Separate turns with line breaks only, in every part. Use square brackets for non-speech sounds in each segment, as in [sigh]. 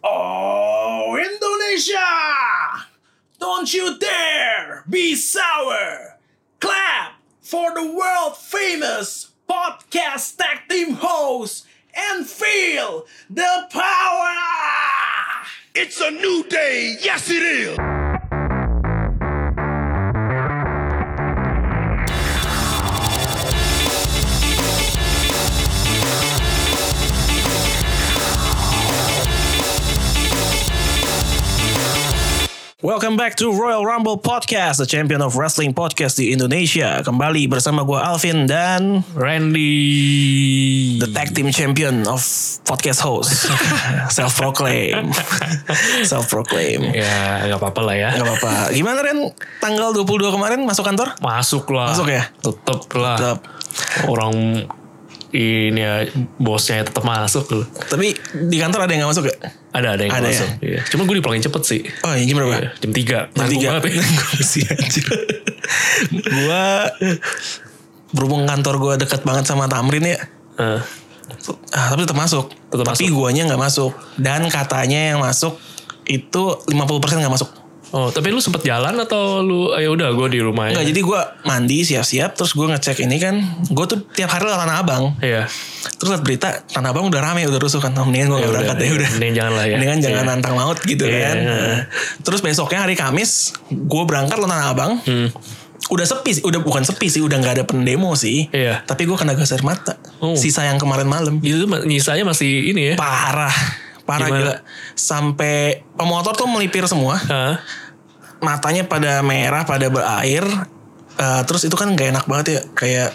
Indonesia! Oh, Don't you dare be sour! Clap for the world famous podcast tag team host and feel the power!
It's a new day. Yes, it is.
Welcome back to Royal Rumble Podcast, the champion of wrestling podcast di Indonesia. Kembali bersama gue Alvin dan
Randy.
the tag team champion of podcast host, [laughs] self proclaim, self proclaim.
Ya nggak apa-apa lah ya.
Gak apa-apa. Gimana Ren? Tanggal 22 kemarin masuk kantor?
Masuk lah.
Masuk ya?
Tetep lah.
Tetep.
Orang ini ya bosnya tetap masuk loh.
Tapi di kantor ada yang gak masuk ya?
Ada ada yang
Ada ya?
masuk. Iya. Cuman gue dipulangin cepet sih.
Oh ini jam berapa?
Iya, Jam 3.
Jam tiga.
ya.
[laughs]
sih anjir.
Gue berhubung kantor gue dekat banget sama Tamrin ya. Ah, tapi tetap masuk.
Tetap
tapi guanya nggak masuk. Dan katanya yang masuk itu 50% nggak masuk.
Oh, tapi lu sempet jalan atau lu ya udah gue di rumah
Nggak,
aja.
jadi gue mandi siap-siap terus gue ngecek ini kan. Gue tuh tiap hari lewat Tanah Abang.
Iya.
Terus liat berita Tanah Abang udah rame udah rusuh kan. Oh, Mendingan gue nggak
udah,
berangkat ya
iya.
udah.
Mending jangan lah ya.
[laughs] Mendingan jangan
Iya.
nantang maut gitu
Iya,
kan.
iya.
Nah, Terus besoknya hari Kamis gue berangkat lewat Tanah Abang.
Hmm.
Udah sepi sih, udah bukan sepi sih, udah nggak ada pendemo sih.
Iya.
Tapi gue kena gas air mata.
Oh.
Sisa yang kemarin malam
Itu Gitu, ma- nyisanya masih ini ya.
parah parah
Gimana?
gila sampai pemotor tuh melipir semua
Hah?
matanya pada merah pada berair Eh, terus itu kan gak enak banget ya kayak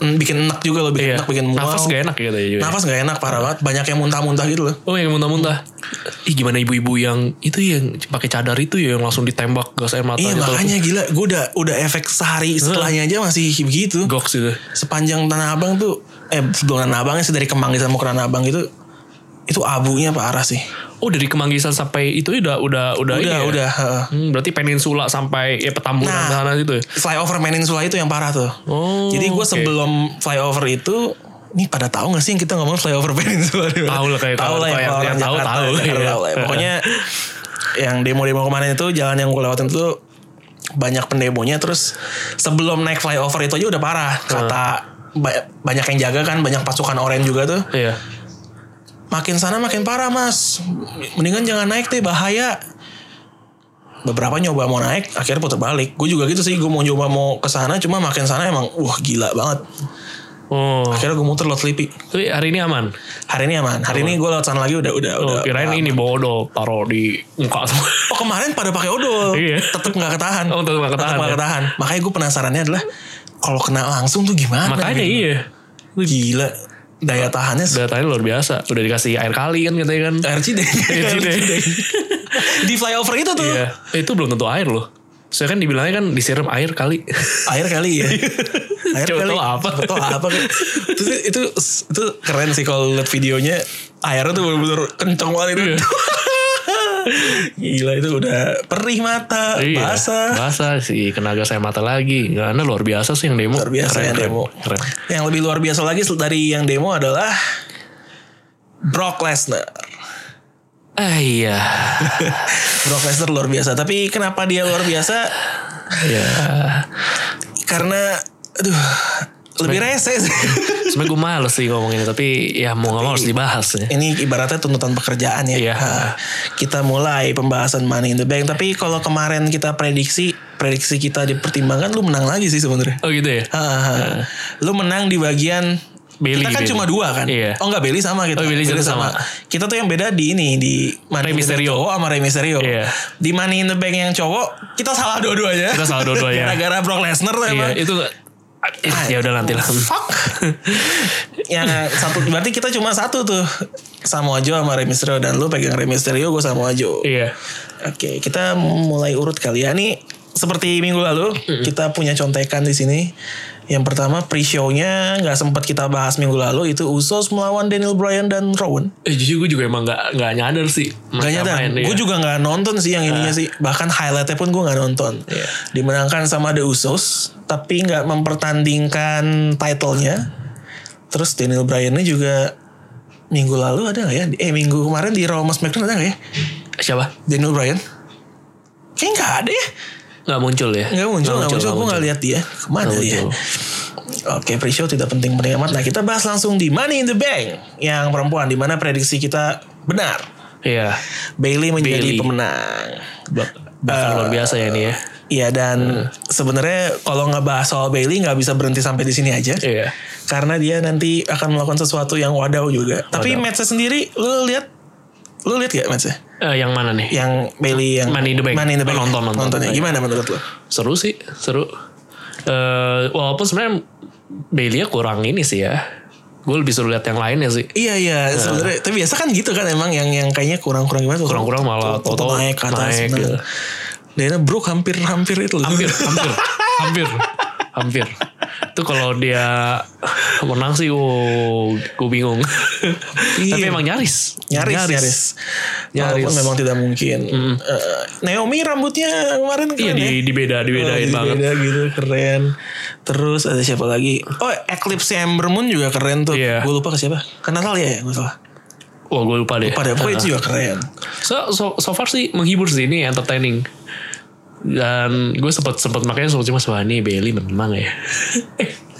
mm, bikin enak juga loh bikin
Iya.
enak bikin mual
Nafas gak enak gitu ya. juga.
nafas gak enak parah banget banyak yang muntah-muntah gitu loh
Oh yang muntah-muntah. Ih gimana ibu-ibu yang itu ya, yang pakai cadar itu ya yang langsung ditembak gas air mata.
iya
gitu.
makanya gila gue udah udah efek sehari setelahnya aja masih begitu
Goks itu.
sepanjang tanah abang tuh eh sebelum tanah abangnya sih dari kemanggi sama ke tanah abang gitu itu abunya parah sih
Oh dari Kemanggisan sampai itu udah udah
udah
udah ini ya?
udah heeh.
Hmm, berarti peninsula sampai ya petamburan
Nah.
sana gitu ya.
flyover Peninsula itu yang parah tuh.
Oh,
Jadi gue
oke.
sebelum flyover itu ini pada tahu gak sih yang kita ngomong flyover [laughs] Peninsula? di mana?
Tahu lah kayak-
tahu lah ya,
kayak-
kalau
yang
orang
tahu,
Jakarta,
tahu.
Jakarta
Iya.
tahu lah ya. Pokoknya yang demo-demo kemarin itu jalan yang gue lewatin itu banyak pendemonya terus sebelum naik flyover itu aja udah parah kata
Hmm.
ba- banyak yang jaga kan banyak pasukan oranye juga tuh
Iya.
makin sana makin parah mas mendingan jangan naik deh bahaya beberapa nyoba mau naik akhirnya putar balik gue juga gitu sih gue mau nyoba mau ke sana cuma makin sana emang wah gila banget
Oh.
akhirnya gue muter lot sleepy
Tapi hari ini aman.
hari ini aman hari ini gue lewat sana lagi udah udah
Oh,
udah
kirain ini bawa odol taruh di
[laughs]
muka semua.
oh kemarin pada pakai odol
Iya.
tetep nggak ketahan
Oh, tetep nggak ketahan,
Tetep nggak
ya.
ketahan. makanya gue penasarannya adalah kalau kena langsung tuh gimana
Makanya
gitu.
iya.
gila daya tahannya se-
Datanya luar biasa. Udah dikasih air kali kan
[laughs]
katanya kan.
RCD
RCD.
[laughs] di flyover itu tuh
Iya. Itu belum tentu air loh. Saya kan dibilangnya kan disiram air kali. [laughs]
air kali ya air
Coba tau apa.
Tau apa kan Terus itu itu keren sih kalau lihat videonya airnya tuh bener-bener kenceng banget itu [laughs] gila itu udah perih mata
Iya.
basah
Basah sih kena gas air mata lagi. Karena luar biasa sih yang demo.
luar biasa
Keren,
yang
keren,
demo
Keren.
yang lebih luar biasa lagi dari yang demo adalah Brock Lesnar
Ah iya.
Brock Lesnar luar biasa tapi kenapa dia luar biasa
ya.
karena aduh lebih rese sih [laughs]
Sebenernya gue males sih ngomongin tapi ya mau gak mau harus dibahas ya.
ini ibaratnya tuntutan pekerjaan ya.
Iya.
Ha, kita mulai pembahasan money in the bank. Tapi kalau kemarin kita prediksi, prediksi kita dipertimbangkan, lu menang lagi sih sebenarnya.
Oh gitu ya.
Ha, ha, ha. Lu menang di bagian
Bailey,
kita kan
Bailey.
cuma dua kan?
Iya.
Oh enggak Beli sama kita.
Oh, Bailey
Bailey
kita sama.
Kita tuh yang beda di ini di Money in the Bank
Rey Mysterio.
cowok sama Rey Mysterio.
Iya.
Di Money in the Bank yang cowok kita salah dua-duanya.
Kita salah dua-duanya.
[laughs] Gara-gara Brock Lesnar tuh
Iya
emang. Ah,
itu. Eh, ya udah nanti
[laughs]
lah.
Fuck. yang Ya, satu berarti kita cuma satu tuh. Sama Ojo sama Rey Mysterio dan lu pegang Rey Mysterio, gue sama Ojo.
Iya.
Oke, kita mulai urut kali ya. Ini seperti minggu lalu kita punya contekan di sini. Yang pertama pre-show-nya nggak sempat kita bahas minggu lalu itu Usos melawan Daniel Bryan dan Rowan.
Eh jujur gue juga emang gak, gak nyadar sih. iya.
Gak nyadar. Gue juga nggak nonton sih yang ininya sih. Bahkan highlightnya pun gue nggak nonton.
Iya.
Dimenangkan sama The Usos, tapi nggak mempertandingkan titlenya. Terus Daniel Bryan-nya juga minggu lalu ada nggak ya? Eh minggu kemarin di Raw Mas McDonald ada nggak ya?
siapa?
Daniel Bryan kayaknya nggak ada ya
Gak muncul ya?
nggak muncul nggak muncul gue nggak lihat dia kemana
Nggak
dia
muncul.
Oke, pre-show tidak penting-penting amat. Nah, kita bahas langsung di Money in the Bank yang perempuan di mana prediksi kita benar.
Iya.
Bailey menjadi
Bayley.
pemenang.
Bak- Bakal luar biasa ya ini ya.
Iya dan sebenarnya kalau ngebahas soal Bailey nggak bisa berhenti sampai di sini aja.
Iya.
Karena dia nanti akan melakukan sesuatu yang wadaw juga. Tapi
Wadaw.
matchnya sendiri lu lihat lu lihat gak matchnya?
Eh, yang mana nih?
Yang Bailey yang
Money in the Bank.
Money in the Bank.
Oh, nonton, nonton.
Nontonnya
Iya.
gimana menurut lu?
Seru sih, seru. Eh walaupun sebenarnya Belia kurang ini sih ya. Gue lebih suruh lihat yang lainnya sih.
Iya iya sebenarnya tapi biasa kan gitu kan emang yang yang kayaknya kurang-kurang gimana tuh.
Kurang-kurang malah
Toto
tau-tau
naik ke atas. nah.
naik,
Naik,
gitu.
Dana Brooke hampir-hampir itu loh.
Hampir, hampir, hampir, hampir. Itu kalau dia menang sih, wow, gue bingung. Tapi
[laughs] Iya.
emang nyaris,
nyaris nyaris, nyaris. Walaupun
Nyaris.
memang tidak mungkin. Eh, Naomi rambutnya kemarin keren
Iya
ya.
di, dibeda, dibedain
Oh,
banget.
beda gitu keren. Terus ada siapa lagi? Oh Eclipse Amber Moon juga keren tuh.
Iya.
Gue lupa ke siapa. Ke Natalia ya nggak salah.
Wah gue lupa deh.
Pada pokoknya itu juga keren.
So, so, so far sih menghibur sih ini entertaining. Dan gue sempet sempet makanya sempat cuma wah ini Bailey menang [laughs] ya.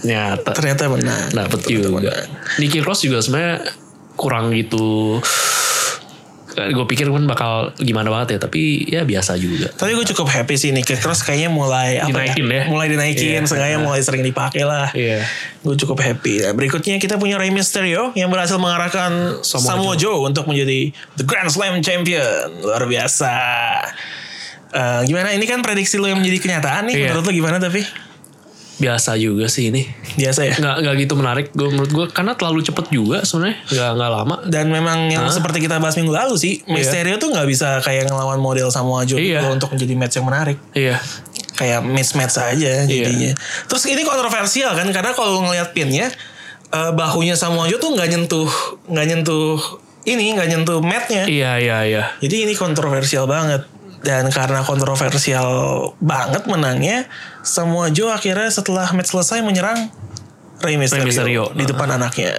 Nyata.
Ternyata menang.
Dapet
Ternyata
juga.
menang.
Nikki Cross juga sebenarnya kurang gitu. Gue pikir kan bakal gimana banget ya, tapi ya biasa juga.
Tapi gue cukup happy sih Nikki Cross kayaknya mulai apa
Dinaikin ya?
Mulai dinaikin,
Iya.
sengaja mulai sering dipakai lah.
Iya.
Gue cukup happy. Nah, berikutnya kita punya Rey Mysterio yang berhasil mengarahkan
Samoa
Samoa Joe. untuk menjadi The Grand Slam Champion. Luar biasa. Eh, gimana ini kan prediksi lo yang menjadi kenyataan nih
Iya.
menurut lo gimana tapi
Biasa juga sih ini.
biasa ya
Nggak, nggak gitu menarik gue menurut gue karena terlalu cepet juga sebenarnya nggak nggak lama
dan memang yang seperti kita bahas minggu lalu sih Mysterio tuh nggak bisa kayak ngelawan model Samoa Joe
Iya.
gitu untuk menjadi match yang menarik
iya
kayak mismatch aja jadinya. Terus ini kontroversial kan karena kalau ngelihat pinnya eh, bahunya Samoa Joe tuh nggak nyentuh nggak nyentuh ini nggak nyentuh matnya.
iya iya iya
Jadi ini kontroversial banget dan karena kontroversial banget menangnya Samoa Joe akhirnya setelah match selesai menyerang Rey Mysterio,
Mysterio.
di depan anaknya.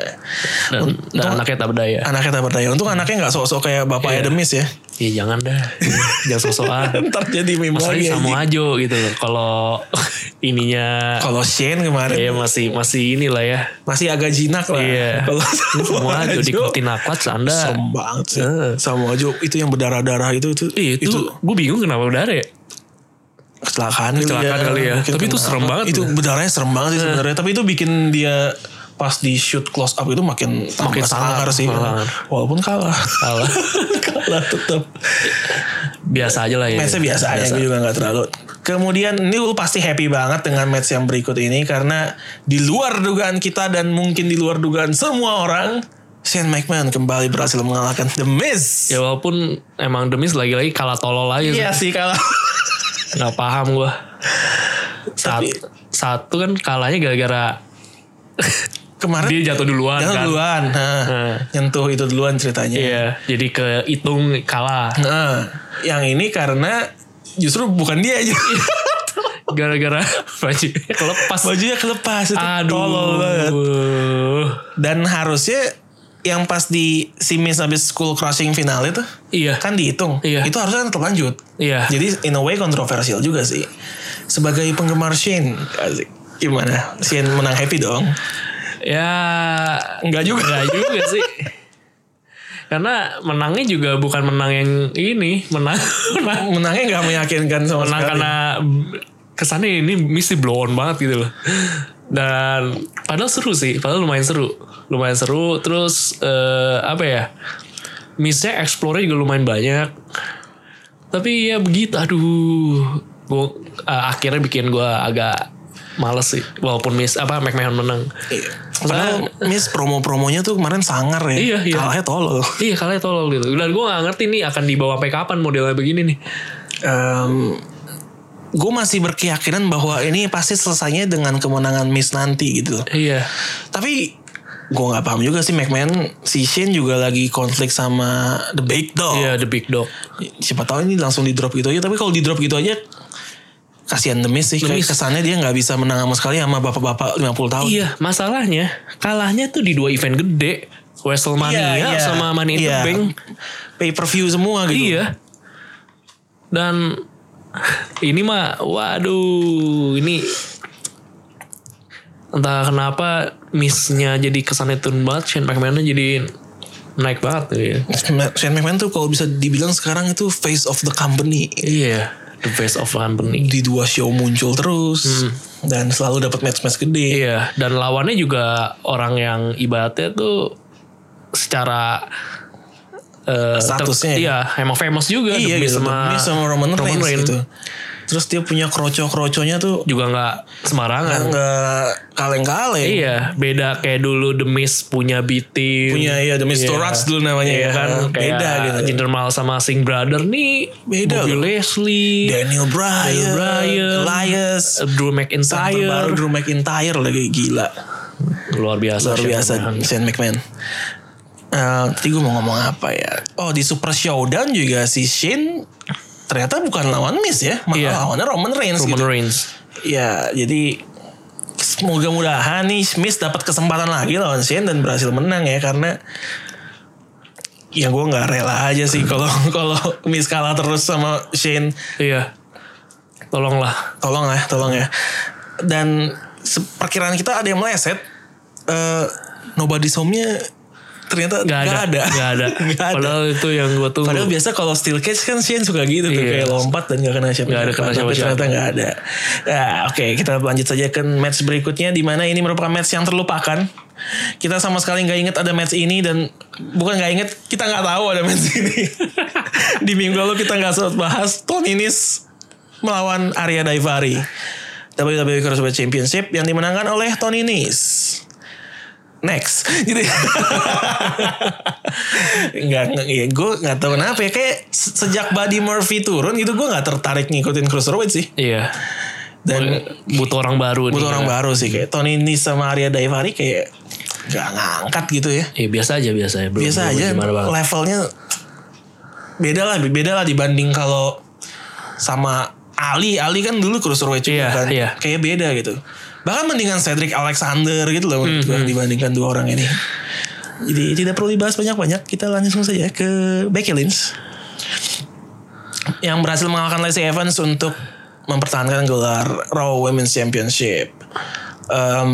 dan, dan anaknya tak berdaya
Anaknya tak berdaya. Untung anaknya nggak sok-sok kayak bapaknya
Iya.
Demis
[laughs]
ya.
Iya jangan dah Jangan sosokan
[laughs] Ntar jadi meme lagi.
Masalahnya
anjing.
sama aja gitu loh Kalau [laughs] ininya
iya. Kalau Shane kemarin
Iya masih masih inilah ya
masih agak jinak lah.
Iya
Kalau
Ini
[laughs]
semua aja di Kotina Clutch anda
Serem banget sih.
Eh.
Samoa Joe itu yang berdarah-darah itu itu
Ih, Iya, itu, gue bingung kenapa udara ya
kecelakaan,
Kecelakaan kali ya.
Mungkin
Tapi itu
kenapa.
serem banget ya. Iya.
Itu
loh.
berdarahnya serem banget sih sebenarnya. Tapi itu bikin dia pas di shoot close up itu makin makin sangar
sangar.
sih.
Sangar.
Walaupun kalah.
Salah
[laughs] kalah tetap.
Biasa aja lah ya
Matchnya biasa aja, gue juga nggak terlalu. Kemudian ini lu pasti happy banget dengan match yang berikut ini karena di luar dugaan kita dan mungkin di luar dugaan semua orang, Shane McMahon kembali berhasil mengalahkan The Miz.
Ya walaupun emang demis lagi-lagi kalah tolol aja
Iya sih kalah.
Gak paham gue Sat,
Tapi-
Satu kan kalahnya gara-gara
[laughs] Kemarin
Dia jatuh duluan
jatuh
kan
duluan, nah,
Nah.
nyentuh itu duluan ceritanya.
Iya Jadi kehitung kalah
Nah, yang ini karena justru bukan dia aja.
Iya. Gara-gara [laughs] Bajunya kelepas
[laughs] Bajunya kelepas itu
Aduh
tolol banget. Dan harusnya yang pas di si Miz habis school crossing final itu
Iya
kan dihitung.
Iya.
Itu harusnya kan tetap lanjut.
Iya.
Jadi in a way kontroversial juga sih. Sebagai penggemar Shane, asik. gimana? Shane menang happy dong.
Ya
Enggak juga.
Enggak juga sih Karena menangnya juga bukan menang yang ini Menang [laughs] Menang,
Menangnya nggak meyakinkan sama
menang
sekali.
Nah, karena Kesannya ini mesti blow on banget gitu loh Dan Padahal seru sih Padahal lumayan seru Lumayan seru Terus eh, Apa ya Missnya explore juga lumayan banyak Tapi ya begitu Aduh gua, eh, Akhirnya bikin gue agak Males sih Walaupun Miss Apa McMahon menang
Iya. Padahal Miss promo-promonya tuh kemarin sangar ya.
Iya, iya.
Kalahnya tolol.
Iya kalahnya tolol gitu Dan gue gak ngerti nih Akan dibawa sampai kapan modelnya begini nih
gue masih berkeyakinan bahwa ini pasti selesainya dengan kemenangan Miss nanti gitu. loh.
Iya
Tapi gue nggak paham juga sih McMahon, si Shane juga lagi konflik sama The Big Dog.
Iya The Big Dog
Siapa tahu ini langsung di drop gitu aja. Tapi kalau di drop gitu aja kasihan The Miz sih.
The
Kayak
Miz.
kesannya dia nggak bisa menang sama sekali sama bapak-bapak 50 tahun.
Iya masalahnya Kalahnya tuh di dua event Iya, gede Wrestlemania sama Money in the Bank
Pay per view semua gitu.
Iya Dan ini mah waduh ini entah kenapa missnya jadi kesannya turun banget Shane McMahon-nya jadi naik banget gitu ya.
Shane McMahon tuh kalau bisa dibilang sekarang itu face of the company.
Iya, the best of company.
Di dua show muncul terus dan selalu dapat match-match gede.
Hmm. Iya, dan lawannya juga orang yang ibaratnya tuh secara eh, ter-
Statusnya ya?
iya, emang famous juga
Iya,
The Miz
gitu.
sama,
Sama, sama Roman,
Roman
Reigns,
Reigns.
gitu. Terus dia punya kroco-kroconya tuh
juga nggak sembarangan.
Kan nggak kaleng-kaleng.
Iya, beda kayak dulu The Miz punya B-Team.
Punya ya The Mr.
Iya.
Rats dulu namanya
Iya
ya
kan, kayak
Beda gitu.
Jinder Mahal sama Singh Brother nih
Beda
Bobby
loh.
Leslie,
Daniel Bryan,
Daniel Bryan,
Elias,
Drew
Sampai baru
McIntyre,
Drew McIntyre lagi gila.
luar biasa,
Luar
Shane
biasa
McMahon.
Shane McMahon. Eh, tadi gue mau ngomong apa ya? Oh di Super Showdown juga si Shane ternyata bukan lawan Miss ya, malah
Iya.
lawannya Roman Reigns
Roman
gitu.
Reigns.
Ya jadi semoga mudahan nih Miss dapat kesempatan lagi lawan Shane dan berhasil menang ya karena ya gue nggak rela aja sih kalau [laughs] kalau Miss kalah terus sama Shane
Iya. Tolonglah.
tolong ya tolong ya dan se- perkiraan kita ada yang meleset eh nobody's home-nya ternyata
Gak
nggak
ada.
ada
Gak ada.
[laughs] Nggak ada.
Padahal itu yang gue tunggu.
Padahal biasa kalau steel cage kan Shane suka gitu tuh
Iya.
kayak lompat dan gak kena siapa.
Nggak ada kena
Tapi
siapa-siapa.
ternyata nggak ada. Ya, oke, kita lanjut saja ke match berikutnya di mana ini merupakan match yang terlupakan. Kita sama sekali nggak inget ada match ini dan bukan nggak inget, kita nggak tahu ada match ini. [laughs] di minggu lalu kita nggak sempat bahas Tony Nis melawan Arya Daivari. WWE Cruiserweight E Championship yang dimenangkan oleh Tony Nis. Next, [laughs] gitu. nggak nggak- ya gue nggak tahu kenapa ya kayak se- sejak Buddy Murphy turun gitu gue nggak tertarik ngikutin cruiserweight sih
Iya.
dan
Butuh orang baru.
butuh
nih.
orang baru sih kayak Tony Nese sama Arya Daivari kayak nggak ngangkat gitu ya
Iya biasa aja biasa aja. Belum-
biasa
belum
aja
gimana banget.
levelnya beda lah beda lah dibanding kalau sama Ali Ali kan dulu cruiserweight juga
Iya,
kan
iya.
kayak beda gitu bahkan mendingan Cedric Alexander gitu loh menurut
Hmm,
gue dibandingkan dua orang ini jadi tidak perlu dibahas banyak-banyak kita langsung saja ya ke Becky Lynch yang berhasil mengalahkan Lacey Evans untuk mempertahankan gelar Raw Women's Championship. Em,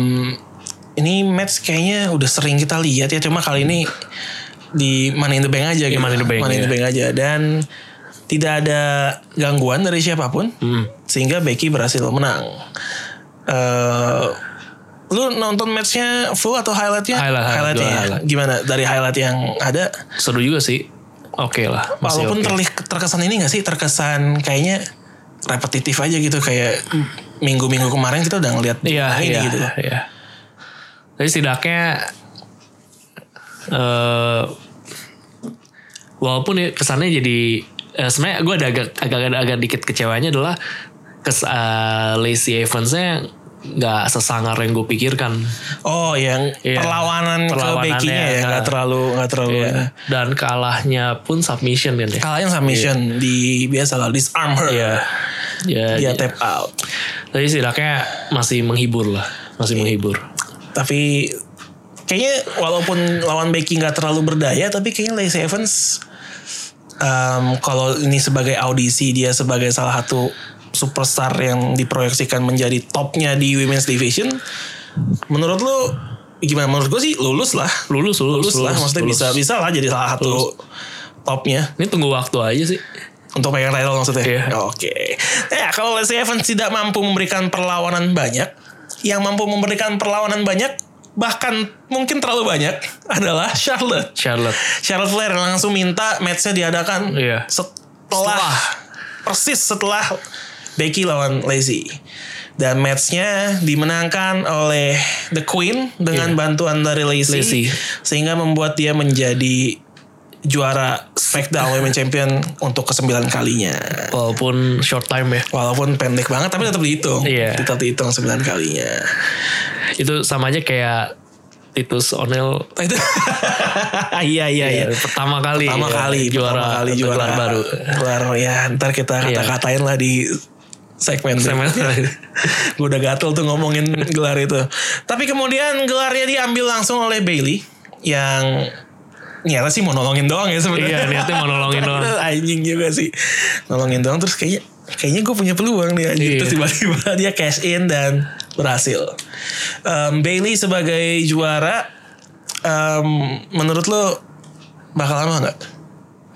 ini match kayaknya udah sering kita lihat ya, cuma kali ini di Money in the Bank aja gitu.
Money in the Bank, ya.
aja dan tidak ada gangguan dari siapapun
Hmm.
sehingga Becky berhasil menang. Eh, lu nonton matchnya full atau highlightnya?
Highlight, highlight,
highlightnya.
dua
ya?
highlight.
Gimana dari highlight yang ada?
Seru juga sih. Oke lah. masih
Walaupun
oke.
terli- terkesan ini gak sih terkesan kayaknya repetitif aja gitu kayak minggu-minggu kemarin kita udah ngeliat
Hmm. Iya
ini
iya.
gitu.
Iya. Tapi setidaknya. eh walaupun ya kesannya jadi. eh, sebenarnya gue ada agak, agak agak agak dikit kecewanya adalah kes eh, Lacey Evansnya nggak sesangar yang gue pikirkan.
Oh yang
Iya.
perlawanan ke
Perlawanannya,
Becky-nya ya nggak
nah.
terlalu nggak terlalu.
Iya. Dan kalahnya pun submission kan ya.
Kalahnya submission di biasa lah disarm her.
Iya. Ya,
Dia
ya.
tap out.
Tapi setidaknya masih menghibur lah, masih
Iya.
menghibur.
Tapi kayaknya walaupun lawan Becky nggak terlalu berdaya tapi kayaknya Lacey Evans em, kalau ini sebagai audisi dia sebagai salah satu superstar yang diproyeksikan menjadi topnya di women's division menurut lu gimana menurut gue sih lulus lah
Lulus,
lulus,
lulus,
lah maksudnya
lulus.
bisa bisa lah jadi salah satu topnya
Ini tunggu waktu aja sih.
untuk pegang title maksudnya.
Iya.
Oke. Nah, kalau Lacey Evans tidak mampu memberikan perlawanan banyak, yang mampu memberikan perlawanan banyak bahkan mungkin terlalu banyak adalah Charlotte.
Charlotte.
Charlotte Flair yang langsung minta matchnya diadakan
Iya.
setelah, persis setelah Becky lawan Lacey. Dan matchnya dimenangkan oleh The Queen dengan bantuan dari Lacey,
Lacey.
sehingga membuat dia menjadi juara SmackDown Women Champion untuk kesembilan kalinya.
Walaupun short time ya.
Walaupun pendek banget tapi tetap dihitung.
Iya.
Tetap dihitung sembilan kalinya.
Itu sama aja kayak Titus O'Neil
Nah, itu iya iya iya.
ya, pertama kali.
pertama
ya,
kali
juara
pertama kali
gelar
juara [laughs]
baru.
gelar ya ntar kita
Iya.
kata-katain lah di segmen
Segmen
[laughs]
terakhir.
gue udah gatel tuh ngomongin gelar itu tapi kemudian gelarnya diambil langsung oleh Bailey yang niatnya sih mau nolongin doang ya sebenarnya.
Iya, niatnya mau nolongin doang.
[laughs] Anjing juga sih. Nolongin doang terus kayaknya kayaknya gue punya peluang nih anjing.
Iya.
Terus tiba-tiba [laughs] dia cash in dan berhasil. Em, Bailey sebagai juara em, menurut lo bakal lama nggak?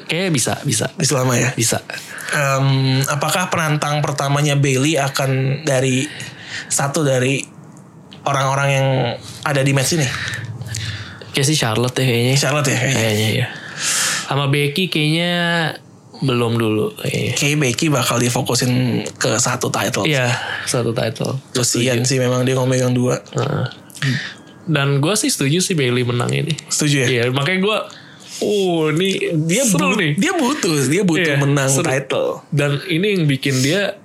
Kayaknya bisa, bisa.
Di selama ya?
Bisa.
Em, apakah penantang pertamanya Bailey akan dari satu dari orang-orang yang ada di match ini?
Kayak sih Charlotte ya kayaknya.
Charlotte ya kayaknya.
Kayaknya ya. Sama Becky kayaknya belum dulu kayaknya.
Kayaknya Becky bakal difokusin ke satu title.
Iya, satu title.
Kasian sih memang dia ngomong megang dua.
Heeh. Dan gue sih setuju sih Bailey menang ini.
Setuju ya?
Iya, makanya gue, oh ini
Dia
dia seru
bu-
nih.
Dia butuh, dia butuh
Iya,
menang
seru.
title.
Dan ini yang bikin dia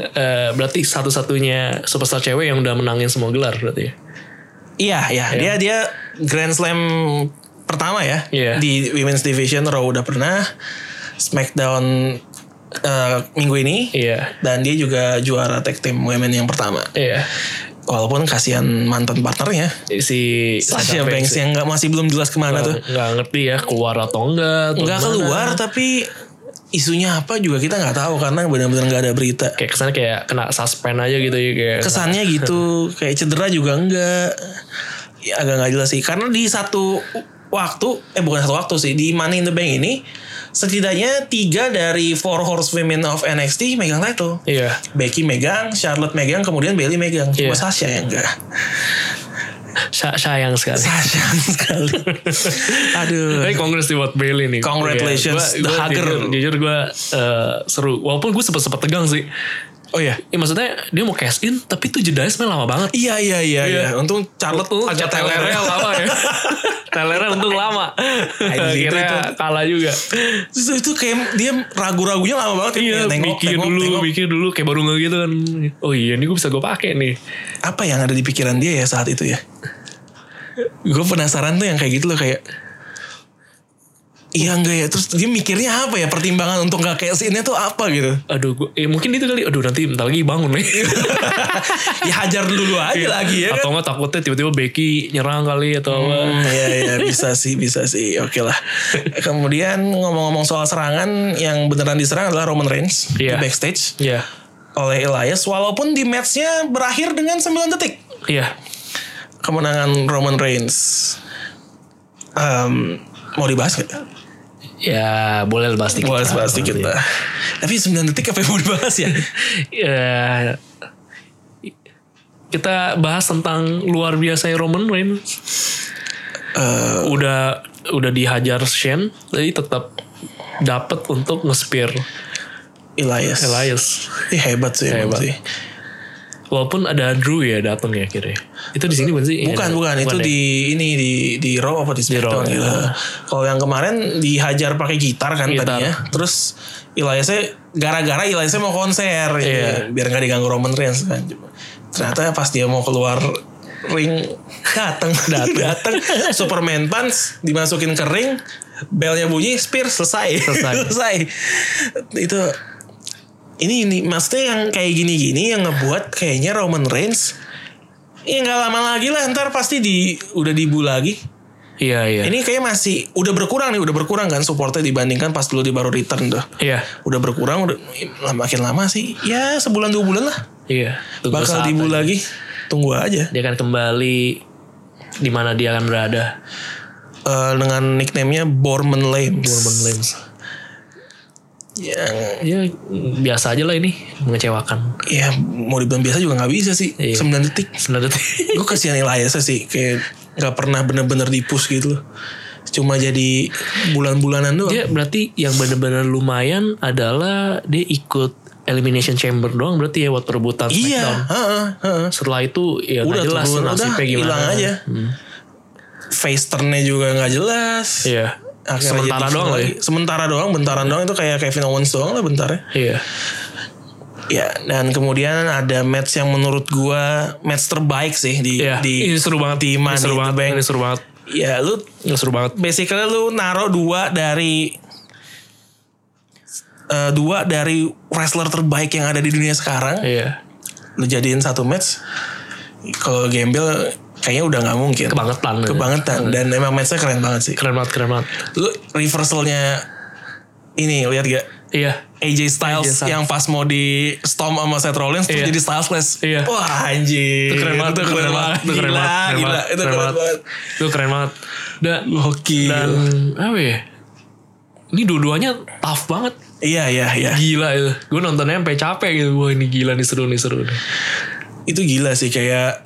eh, berarti satu-satunya superstar cewek yang udah menangin semua gelar berarti ya.
Iya, iya. Dia dia Grand Slam pertama ya
Iya.
di Women's Division Raw udah pernah, SmackDown eh, minggu ini.
Iya.
Dan dia juga juara tag team women yang pertama.
Iya.
Walaupun kasihan mantan partnernya
Si
Sasha Banks
ya.
yang nggak masih belum jelas kemana tuh.
nggak ngerti ya keluar atau enggak. atau
Nggak
gimana.
keluar tapi isunya apa juga kita nggak tahu karena benar-benar nggak ada berita.
Kayak kesannya kayak kena suspend aja gitu ya kayak.
kesannya gitu kayak cedera juga enggak ya, agak nggak jelas sih karena di satu waktu eh bukan satu waktu sih di Money in the Bank ini setidaknya tiga dari four horsewomen of NXT megang title
Iya.
Becky megang Charlotte megang kemudian Bailey megang cuma
Iya.
Sasha yang enggak
Sa- sayang sekali.
Sasha
[laughs]
sekali aduh
Tapi congrats sih buat Bailey nih. Iya.
Congratulations, the hugger.
Jujur, jujur gue seru. Walaupun gue sempet-sempet tegang sih.
oh iya
Ya, maksudnya dia mau cash in tapi tuh jedanya sebenarnya lama banget.
Iya iya iya
Iya.
iya. Untung Charlotte
Untung
agak
telernya
teler.
lama
[laughs]
ya. telernya untung lama.
Anjing, itu-
Akhirnya
itu-
kalah juga.
Terus itu kayak dia ragu-ragunya lama banget. ya.
Iya,
Kayak tengok,
mikir
tengok,
dulu,
tengok.
mikir dulu kayak baru nggak gitu kan. Oh iya, ini gue bisa gue pakai nih.
apa yang ada di pikiran dia ya saat itu ya gue penasaran tuh yang kayak gitu loh kayak iya enggak ya terus dia mikirnya apa ya pertimbangan untuk nggak kayak sini tuh apa gitu
Aduh, gua, eh, mungkin itu kali. Aduh, nanti bentar lagi bangun nih.
ya hajar dulu
Iya.
aja lagi ya
Atau
kan
nggak takutnya tiba-tiba Becky nyerang kali atau apa.
Hmm, ya ya bisa sih bisa sih oke lah kemudian ngomong-ngomong soal serangan yang beneran diserang adalah Roman Reigns
Iya.
di backstage
Iya,
oleh Elias walaupun di matchnya berakhir dengan 9 detik
iya.
kemenangan Roman Reigns Em, mau dibahas nggak?
Ya boleh lah bahas dikit.
Boleh
lah,
bahas dikit
nanti.
lah. Tapi 9 detik apa yang mau dibahas
[laughs]
ya?
Ya, kita bahas tentang luar biasa Roman Reigns.
Eh.
udah udah dihajar Shane, tapi tetap dapat untuk nge-spear
Elias.
Elias.
Ih, hebat sih emang
Hebat.
sih.
Walaupun ada Drew ya datang ya akhirnya. Itu di sini bukan sih?
Bukan,
Iya,
bukan. Itu
ya?
di ini di di Raw apa di
Raw,
SmackDown gitu. Kalau yang kemarin dihajar pakai gitar kan
Gitar.
tadinya. Terus Eliasnya gara-gara Eliasnya mau konser
Iya.
ya, biar nggak diganggu Roman Reigns kan. Ternyata pas dia mau keluar ring datang [laughs] datang Superman pants dimasukin ke ring belnya bunyi spear selesai [laughs]
Selesai.
selesai itu ini ini maksudnya yang kayak gini-gini yang ngebuat kayaknya Roman Reigns ya nggak lama lagi lah ntar pasti di udah dibu lagi
Iya, iya.
ini kayak masih udah berkurang nih udah berkurang kan supportnya dibandingkan pas dulu di baru return tuh
Iya,
udah berkurang udah makin lama sih ya sebulan dua bulan lah
iya. Tunggu
bakal
saat
dibu
aja.
lagi tunggu aja
Dia akan kembali di mana dia akan berada.
Eh, dengan nicknamenya Borman Lames
Urban Limbs.
yang
Ya biasa aja lah ini mengecewakan.
ya mau dibilang biasa juga nggak bisa sih
Iya.
9 detik
Sebenarnya
gue kasihan Elias sih kayak nggak pernah bener-bener dipus gitu loh cuma jadi bulan-bulanan doang
dia berarti yang benar-benar lumayan adalah dia ikut elimination chamber doang berarti ya buat perebutan
iya
SmackDown.
heeh, heeh.
Setelah itu ya
udah
nggak jelas
turun udah
nasibnya gimana. Hmm.
hilang aja face turnnya juga nggak jelas
Iya.
Akhirnya
Sementara
jadi
doang ya.
final
lagi.
sementara doang bentaran doang itu kayak Kevin Owens doang lah bentarnya
Iya.
ya dan kemudian ada match yang menurut gua match terbaik sih di
Iya.
di
ini seru banget.
di
ini
Money in
seru
the
banget.
Bank.
Ini seru banget.
ya lu
Ini seru banget.
basically lu naruh dua dari eh, dua dari wrestler terbaik yang ada di dunia sekarang
Iya.
lu jadiin satu match kalau gembel kayaknya udah nggak mungkin.
Kebangetan. Iya.
Kebangetan dan emang matchnya keren banget sih.
Keren banget, keren banget.
Lu reversalnya ini lihat gak?
Iya.
AJ Styles,
Styles.
yang pas mau di Storm sama Seth Rollins terus
Iya.
jadi Stylesless.
Iya.
Wah anjir.
Itu keren banget,
Itu keren banget.
Itu keren
Gila,
banget.
gila. Itu keren banget.
Itu keren banget. Dan,
Gokil.
dan apa ya? Ini dua-duanya tough banget.
Iya, iya, iya.
Gila itu. Gue nontonnya sampai capek gitu. Wah ini gila nih seru nih seru nih.
itu gila sih kayak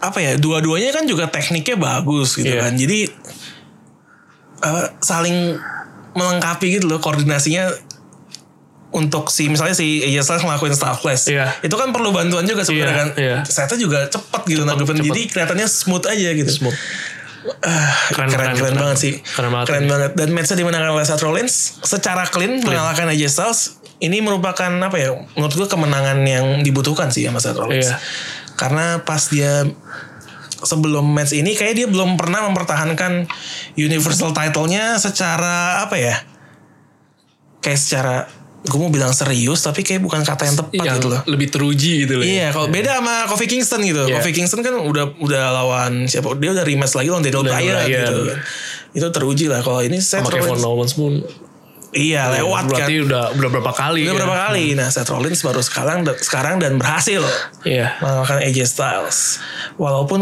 apa ya dua-duanya kan juga tekniknya bagus gitu
Iya.
kan jadi eh, saling melengkapi gitu loh koordinasinya untuk si misalnya si AJ Styles ngelakuin Starflash
Iya.
itu kan perlu bantuan juga sebenarnya
Iya,
kan
iya.
setnya juga cepet gitu nanggepin
cepet.
jadi kelihatannya smooth aja gitu
Smooth.
Ah, keren,
Keren,
keren,
keren, keren.
banget sih
Keren banget.
dan matchnya dimenangkan oleh Seth Rollins secara clean, mengalahkan AJ Styles ini merupakan apa ya menurut gue kemenangan yang dibutuhkan sih sama Seth Rollins
Iya.
karena pas dia sebelum match ini kayak dia belum pernah mempertahankan Universal title-nya secara apa ya kayak secara gue mau bilang serius tapi kayak bukan kata yang tepat
Yang
gitu loh
lebih teruji gitu loh.
Iya, kalau beda sama Kofi Kingston gitu.
Iya.
Kofi Kingston kan udah udah lawan siapa? Dia udah rematch lagi lawan Daniel Bryan
Daniel Bryan.
gitu kan. Itu teruji lah kalau ini Seth
Sama Kevin
Rollins.
Owens pun.
Iya, lewat kan.
Berarti udah, udah berapa kali.
Udah
ya.
berapa kali? Nah, Seth Rollins baru sekarang sekarang dan berhasil
Iya.
mengalahkan AJ Styles. Walaupun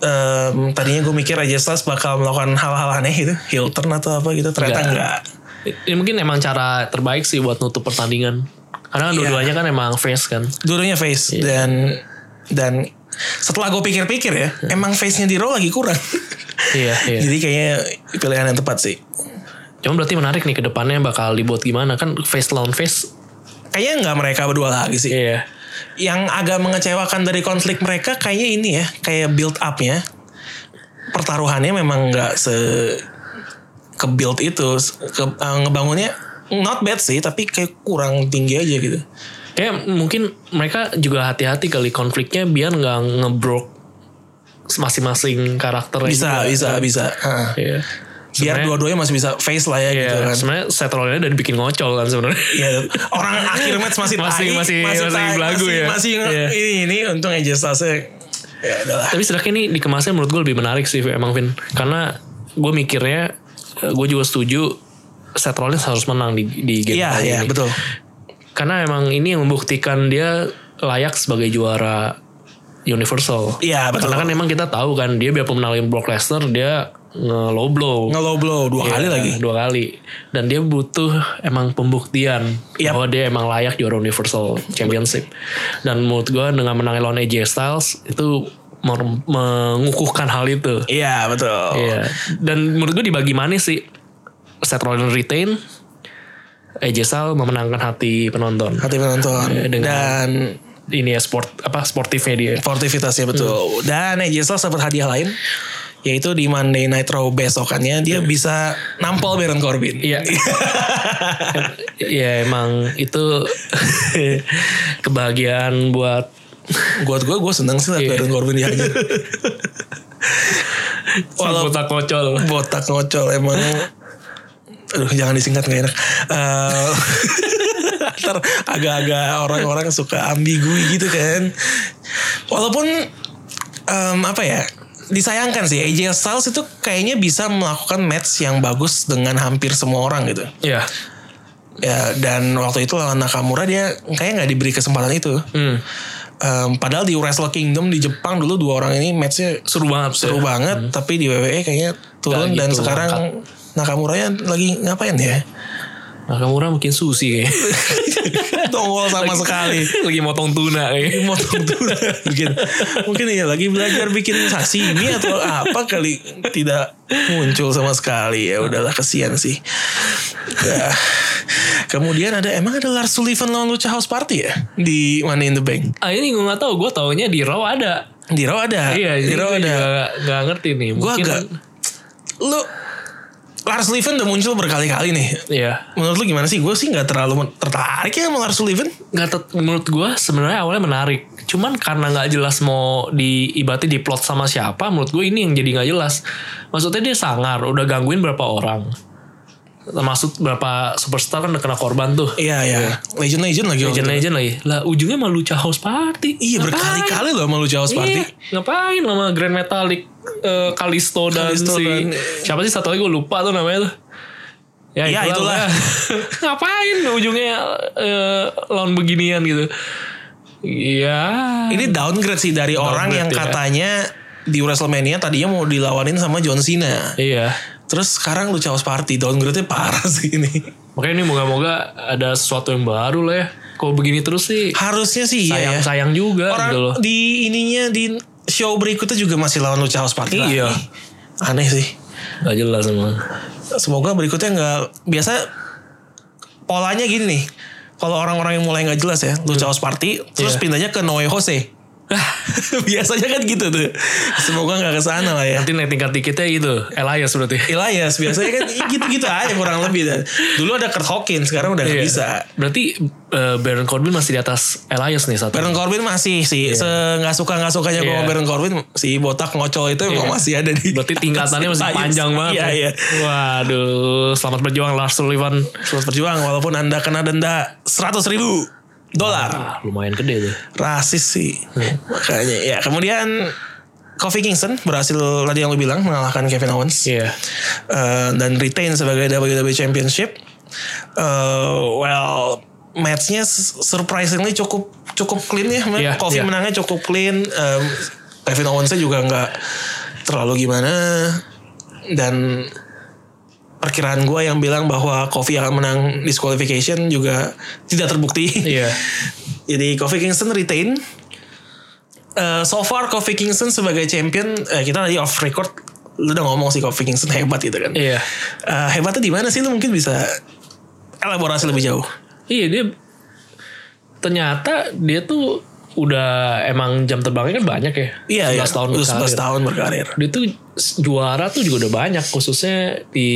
em, tadinya gue mikir AJ Styles bakal melakukan hal-hal aneh gitu, heel turn atau apa gitu, ternyata
Nggak.
enggak.
Ini Ya, mungkin emang cara terbaik sih buat nutup pertandingan. Karena kan
Iya.
dua-duanya kan emang face kan.
Dulunya face dan dan setelah gue pikir-pikir ya, emang face-nya di Raw lagi kurang.
Hmm. Iya, iya.
Jadi kayaknya pilihan yang tepat sih.
Cuma berarti menarik nih ke depannya bakal dibuat gimana kan face lawan face.
Kayaknya nggak mereka berdua lagi sih.
Iya.
Yang agak mengecewakan dari konflik mereka kayaknya ini ya, kayak build up-nya. Pertaruhannya memang nggak se ke build itu, ke eh, ngebangunnya not bad sih, tapi kayak kurang tinggi aja gitu.
Kayak mungkin mereka juga hati-hati kali konfliknya biar nggak ngebrok masing-masing karakternya.
Bisa,
juga.
bisa, bisa. Hah.
Iya.
Biar
Sebenarnya-
dua-duanya masih bisa face lah ya
Iya,
gitu kan.
sebenarnya set rollnya udah dibikin ngocol kan sebenarnya.
Ya, orang akhir match masih
Masih-
tai,
masih- masih
tai,
belagu
masih-
ya.
Masih
Iya.
ini ini untung aja Stase. Ya udahlah.
Tapi setidaknya ini dikemasnya menurut gue lebih menarik sih emang Vin. Karena gue mikirnya, gue juga setuju Seth Rollins harus menang di, di game
Iya,
kali
iya,
ini.
betul.
Karena emang ini yang membuktikan dia layak sebagai juara Universal.
Iya, betul.
Karena kan emang kita tahu kan dia biar pemenangin Brock Lesnar dia nge-low blow.
Nge-low blow dua
Iya,
kali lagi.
Dua kali. Dan dia butuh emang pembuktian
Yap.
bahwa dia emang layak juara Universal Championship. Dan menurut gue dengan menang lawan AJ Styles itu mer- mengukuhkan hal itu.
Iya, betul.
Iya. Dan menurut gue dibagi mana sih? Seth Rollins retain, AJ Styles memenangkan hati penonton.
Hati penonton
Iya, dengan-
dan
Ini ya sport apa sportifnya dia.
sportivitasnya betul.
Hmm.
Dan AJ Styles dapat hadiah lain yaitu di Monday Night Raw besokannya dia bisa nampol Baron Corbin.
Iya. ya emang itu [laughs] kebahagiaan buat
Buat gue gue seneng sih liat
Iya.
Baron Corbin dihajar. Walau-
Walau botak kocol.
botak ngocol emang aduh jangan disingkat nggak enak Eh, [laughs] ntar agak-agak orang-orang suka ambigu gitu kan walaupun em, apa ya disayangkan sih AJ Styles itu kayaknya bisa melakukan match yang bagus dengan hampir semua orang gitu
Iya.
ya dan waktu itu lawan Nakamura dia kayaknya nggak diberi kesempatan itu
Hmm.
Em, padahal di Wrestle Kingdom di Jepang dulu dua orang ini matchnya
Seru banget.
seru
ya.
banget tapi di WWE kayaknya turun
Nggak
dan
gitu,
sekarang Nakamuranya lagi ngapain ya?
[laughs] Nakamura mungkin susi kayaknya.
Tongol sama sekali.
[laughs] Lagi motong tuna kayaknya.
Motong tuna. mungkin mungkin ya lagi belajar bikin sashimi atau apa kali tidak muncul sama sekali ya udahlah kesian sih. Ya. Kemudian ada emang ada Lars Sullivan lawan Lucha House Party ya di Money in the Bank.
Ah ini gue gak tau. Gue taunya di Raw ada.
Di Raw ada.
Iya.
di
jadi
Raw
gua
ada.
juga Gak, gak ngerti nih.
Gue
Mungkin-
agak lu Lars Sullivan udah muncul berkali-kali nih
Iya.
Menurut lu gimana sih? Gue sih nggak terlalu men- tertarik ya sama Lars Sullivan.
Gak tet- menurut gue sebenarnya awalnya menarik. Cuman karena nggak jelas mau di ibaratnya di plot sama siapa, menurut gue ini yang jadi nggak jelas. Maksudnya dia sangar, udah gangguin berapa orang. termasuk berapa superstar kan udah kena korban tuh
Iya iya. Legend legend lagi. waktu
legend
itu.
legend lagi lah ujungnya malu house party
Iya
Ngapain?
berkali-kali loh sama Lucha House Party.
Iya, ngapain sama Grand Metallic eh, Kalisto dan
Kalisto
si
dan-
siapa sih satu lagi gue lupa tuh namanya tuh ya,
Ya, itulah.
pokoknya. [laughs] ngapain ujungnya eh, lawan beginian gitu Iya
Ini downgrade sih dari orang yang
ya.
katanya di WrestleMania tadinya mau dilawanin sama John Cena.
iya
Terus sekarang Lucha House Party downgrade-nya parah [laughs] sih ini.
makanya ini moga-moga ada sesuatu yang baru lah ya kalau begini terus sih
Harusnya sih iya
sayang
ya.
sayang juga
Orang
gitu loh
di ininya di show berikutnya juga masih lawan Lucha House Party. lagi.
Iya.
Aneh sih.
gak jelas semua
Semoga berikutnya nggak biasa polanya gini nih. Kalau orang-orang yang mulai nggak jelas ya, Lucha House Party, terus
Iya.
pindahnya ke Noe Jose. [laughs] Biasanya kan gitu tuh. Semoga nggak kesana lah ya.
nanti naik tingkat dikitnya itu Elias berarti
Elias biasanya kan gitu-gitu aja kurang lebih. Dan Dulu ada Kurt Hawkins, sekarang udah nggak
Iya.
bisa.
berarti eh, Baron Corbin masih di atas Elias nih satu
Baron Corbin masih sih, se nggak suka nggak sukanya gua
Iya.
sama Baron Corbin si botak ngocol itu emang masih ada di.
Berarti tingkatannya masih
Elias.
panjang banget.
Iya
ya.
iya.
Waduh, selamat berjuang Lars Sullivan.
Selamat berjuang walaupun anda kena denda 100.000 ribu dolar.
Ah, lumayan gede tuh.
Rasis sih.
Hmm.
Makanya ya kemudian Kofi Kingston berhasil tadi yang lu bilang mengalahkan Kevin Owens.
Iya.
Eh, dan retain sebagai WWE Championship. Eh, well, matchnya s- surprisingly cukup cukup clean ya.
Iya,
Kofi
iya.
menangnya cukup clean. Em, Kevin Owensnya juga nggak terlalu gimana. Dan perkiraan gue yang bilang bahwa Kofi akan menang disqualification juga tidak terbukti. [laughs]
Iya.
Jadi Kofi Kingston retain. Eh, so far Kofi Kingston sebagai champion eh, kita tadi off record lu udah ngomong sih Kofi Kingston hebat gitu kan.
Iya.
Eh, hebatnya di mana sih lu mungkin bisa elaborasi lebih jauh.
Iya, dia ternyata dia tuh udah emang jam terbangnya kan banyak ya.
Iya, iya.
11 tahun
Udah 11
berkarir.
tahun berkarir.
Dia tuh juara tuh juga udah banyak khususnya di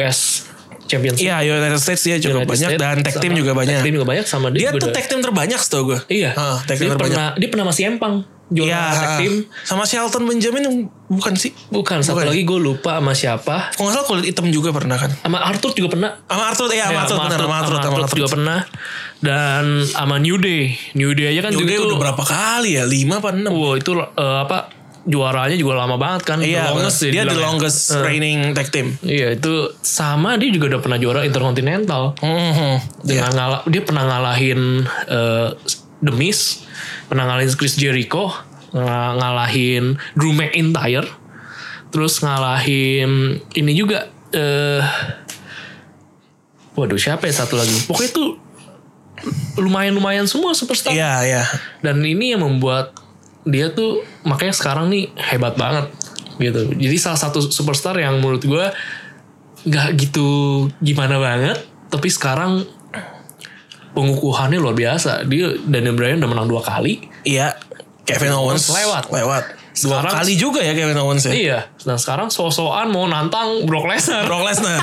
US Championship.
Iya, United States dia juga
United
banyak
States
dan tag team
sama-
juga banyak.
Tag team juga banyak sama
Dia
dia. juga
tuh
udah-
tag team terbanyak setahu gue.
Iya.
Ah, tag team
dia
terbanyak.
pernah dia pernah masih empang juara
Iya,
tag
ah.
team.
Sama Shelton Benjamin yang- bukan sih?
Bukan, satu
Bukan. ya?
lagi gue lupa sama siapa.
Kalau nggak salah kulit hitam juga pernah kan?
Sama Arthur juga pernah.
Sama Arthur ya, sama
Ya,
Arthur, benar, sama
sama
Arthur, sama
Arthur
Arthur.
juga pernah. Dan sama New Day. New Day aja kan
Udah
juga tuh.
udah berapa kali ya? 5 apa 6?
Wah, itu eh, apa juaranya juga lama banget kan. The
Iya,
longest
dia, the
dibilang ya.
longest reigning tag team.
Iya, itu sama dia juga udah pernah juara Intercontinental.
Mhm.
Dengan ngala- dia pernah ngalahin eh, The Miz, pernah ngalahin Chris Jericho, nga- ngalahin Drew McIntyre, terus ngalahin ini juga eh waduh siapa ya satu lagi. Pokoknya itu lumayan-lumayan semua superstar.
Iya, iya.
Dan ini yang membuat dia tuh makanya sekarang nih hebat banget gitu. Jadi salah satu superstar yang menurut gue nggak gitu gimana banget, tapi sekarang pengukuhannya luar biasa. Dia Daniel Bryan udah menang dua kali.
Iya. Kevin Owens
Lewat.
Lewat. Dua
Sekarang-
kali juga ya Kevin Owens ya.
Iya. Dan sekarang sosokan mau nantang Brock Lesnar.
Brock [laughs] Lesnar.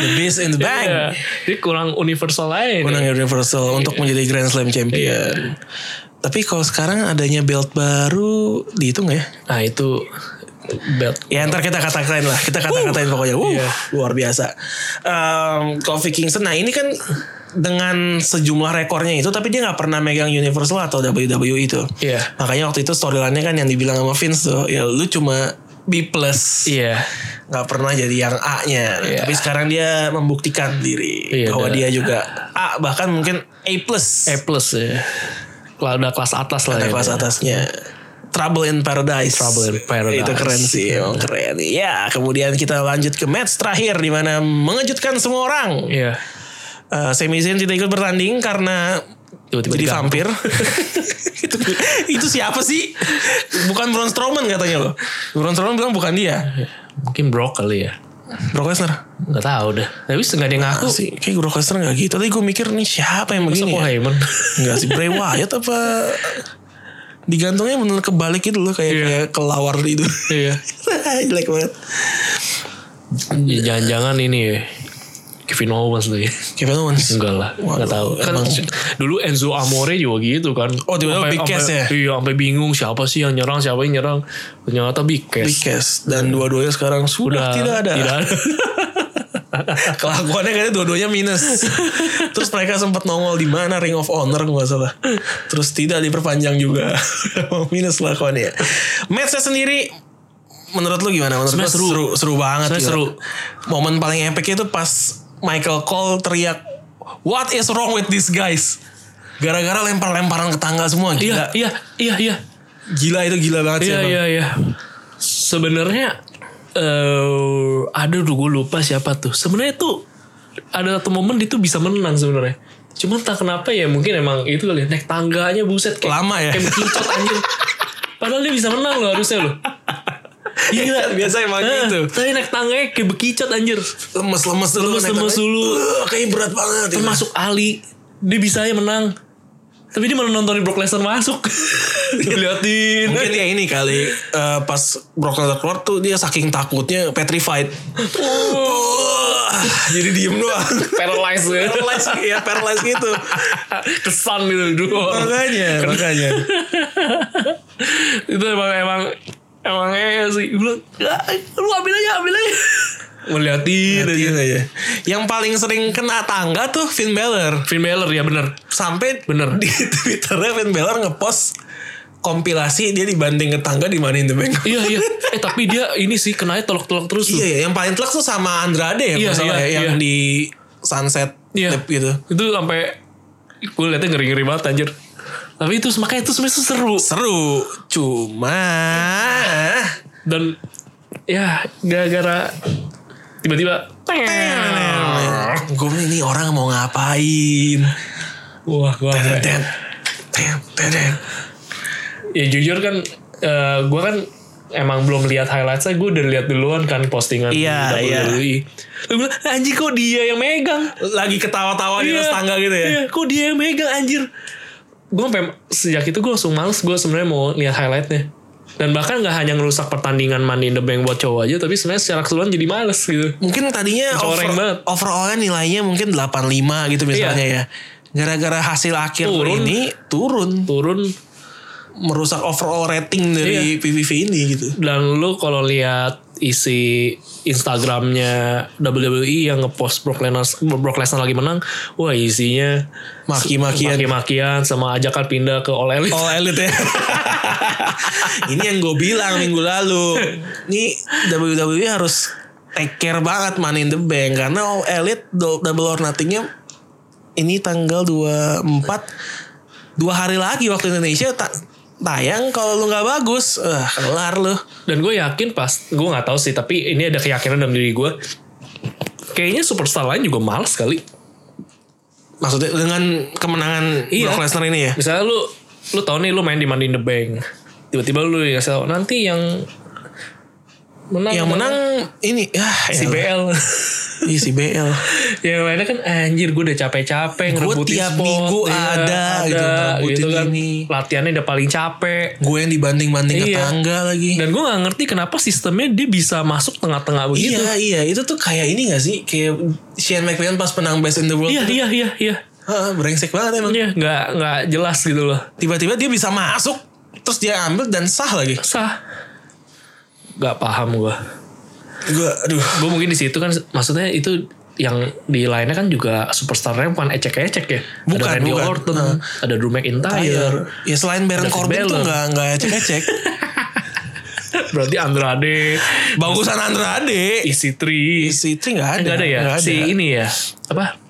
the Beast in the Bank.
Iya. Dia kurang universal lain.
Menang Universal untuk menjadi Grand Slam Champion. Tapi kalau sekarang adanya belt baru dihitung nggak ya?
Nah itu belt.
Ya ntar kita katakan lah, kita kata-katain pokoknya. Wuh,
Iya.
luar biasa. Em, Kofi Kingston, nah ini kan dengan sejumlah rekornya itu, tapi dia nggak pernah megang Universal atau WWE itu.
Iya.
Makanya waktu itu storyline-nya kan yang dibilang sama Vince tuh, ya lu cuma B plus,
Iya.
nggak pernah jadi yang A-nya.
Iya.
Tapi sekarang dia membuktikan diri
Iya,
bahwa
udah.
dia juga A, bahkan mungkin A plus,
E plus ya. Kalau udah kelas atas lah.
ada
ya.
kelas atasnya. Trouble in Paradise.
Trouble in Paradise. Iya.
Itu keren sih, emang keren. Ya, kemudian kita lanjut ke match terakhir di mana mengejutkan semua orang.
Iya.
Eh, Sami Zayn tidak ikut bertanding karena
Tiba-tiba
jadi
digantung.
vampir. [laughs] itu, itu siapa sih? Bukan Braun Strowman katanya loh. Braun Strowman bilang bukan dia.
Mungkin Brock kali ya.
Brock Lesnar.
Nggak tahu deh. Tapi nggak ada yang ngaku.
Ah, sih, kayak Brock Lesnar gak gitu. Tadi gue mikir nih siapa yang
Masa
begini
Paul
ya? [laughs]
Heyman?
Enggak sih, Bray Wyatt apa... Digantungnya bener kebalik gitu loh. Kayak,
Iya.
kayak kelawar itu.
Iya.
Jelek banget.
Jangan-jangan ini Iya, ya. Kevin Owens tuh ya.
Kevin Owens.
Enggak lah, enggak tahu.
Waduh,
Kan
emang-
dulu Enzo Amore juga gitu kan.
Oh, tiba-tiba
Sampai-
Big Cass
sampai-
ya?
Iya, sampai bingung siapa sih yang nyerang, siapa yang nyerang. Ternyata Big Cass.
Big Cass. Dan dua-duanya sekarang sudah tidak ada.
Tidak ada.
[laughs] Kelakuannya kayaknya dua-duanya
[laughs]
minus. Terus mereka sempat nongol di mana Ring of Honor nggak salah. Terus tidak diperpanjang juga. [laughs] Emang minus kelakuannya. Matchnya sendiri menurut lu gimana? Menurut gua
Sebenarnya seru.
seru, seru banget.
Sebenarnya
gila.
seru.
Momen paling epicnya itu pas Michael Cole teriak, What is wrong with these guys? Gara-gara lempar-lemparan ke tangga semua.
Iya,
Gila,
iya, iya, iya.
gila itu gila banget sih.
Iya,
emang.
iya, iya. Sebenarnya eh aduh aduh gue lupa siapa tuh. Sebenarnya tuh ada satu momen itu bisa menang sebenarnya. Cuman tak kenapa ya mungkin emang itu kali ya, naik tangganya buset kayak
Lama ya.
kayak bekicot anjir. Padahal dia bisa menang loh harusnya loh. Gila.
[laughs] Biasa emang
Eh,
gitu.
Tapi naik tangganya kayak bekicot anjir.
Lemes-lemes dulu. naik
Lemes-lemes
tangan.
dulu.
Eh, Kayaknya berat banget. gitu.
Termasuk Ali. Dia bisa aja menang. Tapi dia malah nontonin Brock Lesnar masuk. [laughs] Diliatin.
Mungkin ya ini kali eh, pas Brock Lesnar keluar tuh dia saking takutnya petrified. Jadi diem doang.
Paralyzed ya.
Oh. [laughs] paralyzed ya paralyzed gitu.
[laughs] kesan gitu dulu
Makanya, makanya.
itu emang emang emang eh sih gue bilang "Ah, lu ambil aja ambil aja [laughs] melihatin aja
Gitu aja. Yang paling sering kena tangga tuh Finn Balor.
Finn Balor ya bener
Sampai
Bener.
[laughs] di Twitternya Finn Balor ngepost kompilasi dia dibanding ke tangga di Money in the Bank.
iya iya eh tapi dia ini sih kenanya tolak-tolak terus tuh
Iya ya, yang paling telak tuh sama Andrade ya
Iya,
masalah
iya,
ya, yang
iya. di
di Sunset
Iya.
Dep gitu.
itu sampai gue liatnya ngeri-ngeri banget anjir tapi itu makanya itu sebenarnya seru
Seru, cuma
dan ya gara-gara tiba-tiba Ah.
Gue ini orang mau ngapain?
wah gua
Tet, tet, tet, tet, tet.
ya jujur kan eh, gua kan emang belum lihat highlightsnya gue udah lihat duluan kan postingan
Iya,
di WWE Lu bilang anjir kok dia yang megang
Lagi ketawa-tawa di atas tangga gitu ya.
iya, kok dia yang megang anjir gue sejak itu gue langsung males gue sebenarnya mau lihat highlightnya dan bahkan nggak hanya ngerusak pertandingan Money in the Bank buat cowok aja tapi sebenarnya secara keseluruhan jadi males gitu
Mungkin tadinya
Mencoreng banget. Iya.
overallnya nilainya mungkin 85 gitu misalnya ya. Gara-gara hasil akhir
Turun.
ini turun
turun
merusak overall rating
Iya.
dari PVV ini gitu.
dan lu kalau lihat isi Instagramnya WWE yang ngepost Brock Lesnar Brock Lesnar lagi menang, wah isinya
Maki-makian.
maki-makian sama ajakan pindah ke All Elite.
All Elite ya. [laughs] Ini yang gue bilang minggu lalu. Ini WWE harus take care banget Money in the Bank. Karena All Elite do- Double or Nothing-nya ini tanggal 24. Dua hari lagi waktu Indonesia ta- tayang kalau lu nggak bagus. Eh, kelar lu.
Dan gue yakin pas gue nggak tahu sih, tapi ini ada keyakinan dalam diri gue. Kayaknya superstar lain juga males kali.
Maksudnya dengan kemenangan
Iya.
Brock Lesnar ini ya.
Misalnya lu lu tau nih lu main di Money in the Bank. Tiba-tiba lu ya nanti yang menang
Yang menang ini. Ah,
si
elah.
BL.
Iya, si BL.
[laughs] yang lainnya kan anjir gue udah capek-capek ngerebutin
tiap
spot,
minggu
ya,
ada, gitu, ngerebutin
gitu kan
ini.
latihannya udah paling capek
Gue yang dibanding-banding ke
Iya.
tangga lagi.
dan gue gak ngerti kenapa sistemnya dia bisa masuk tengah-tengah begitu
Iya iya itu tuh kayak ini gak sih kayak Shane McMahon pas menang Best in the World.
iya iya iya iya
Heeh, brengsek banget emang.
iya nggak nggak jelas gitu loh
Tiba-tiba dia bisa masuk terus dia ambil dan sah lagi.
sah nggak paham gue
Gue aduh.
gue mungkin di situ kan maksudnya itu yang di lainnya kan juga superstarnya bukan ecek-ecek ya
Bukan,
ada Randy
bukan.
Orton
Heeh.
ada Drew
Ayer.
McIntyre
Ya selain Baron
David
Corbin tuh
Balor.
gak, gak
[laughs]
ecek-ecek.
berarti Andrade E
Bagusan Andrade.
EC3
Si Tri gak ada.
Enggak ada ya?
Nggak ada.
Si ini ya. Apa?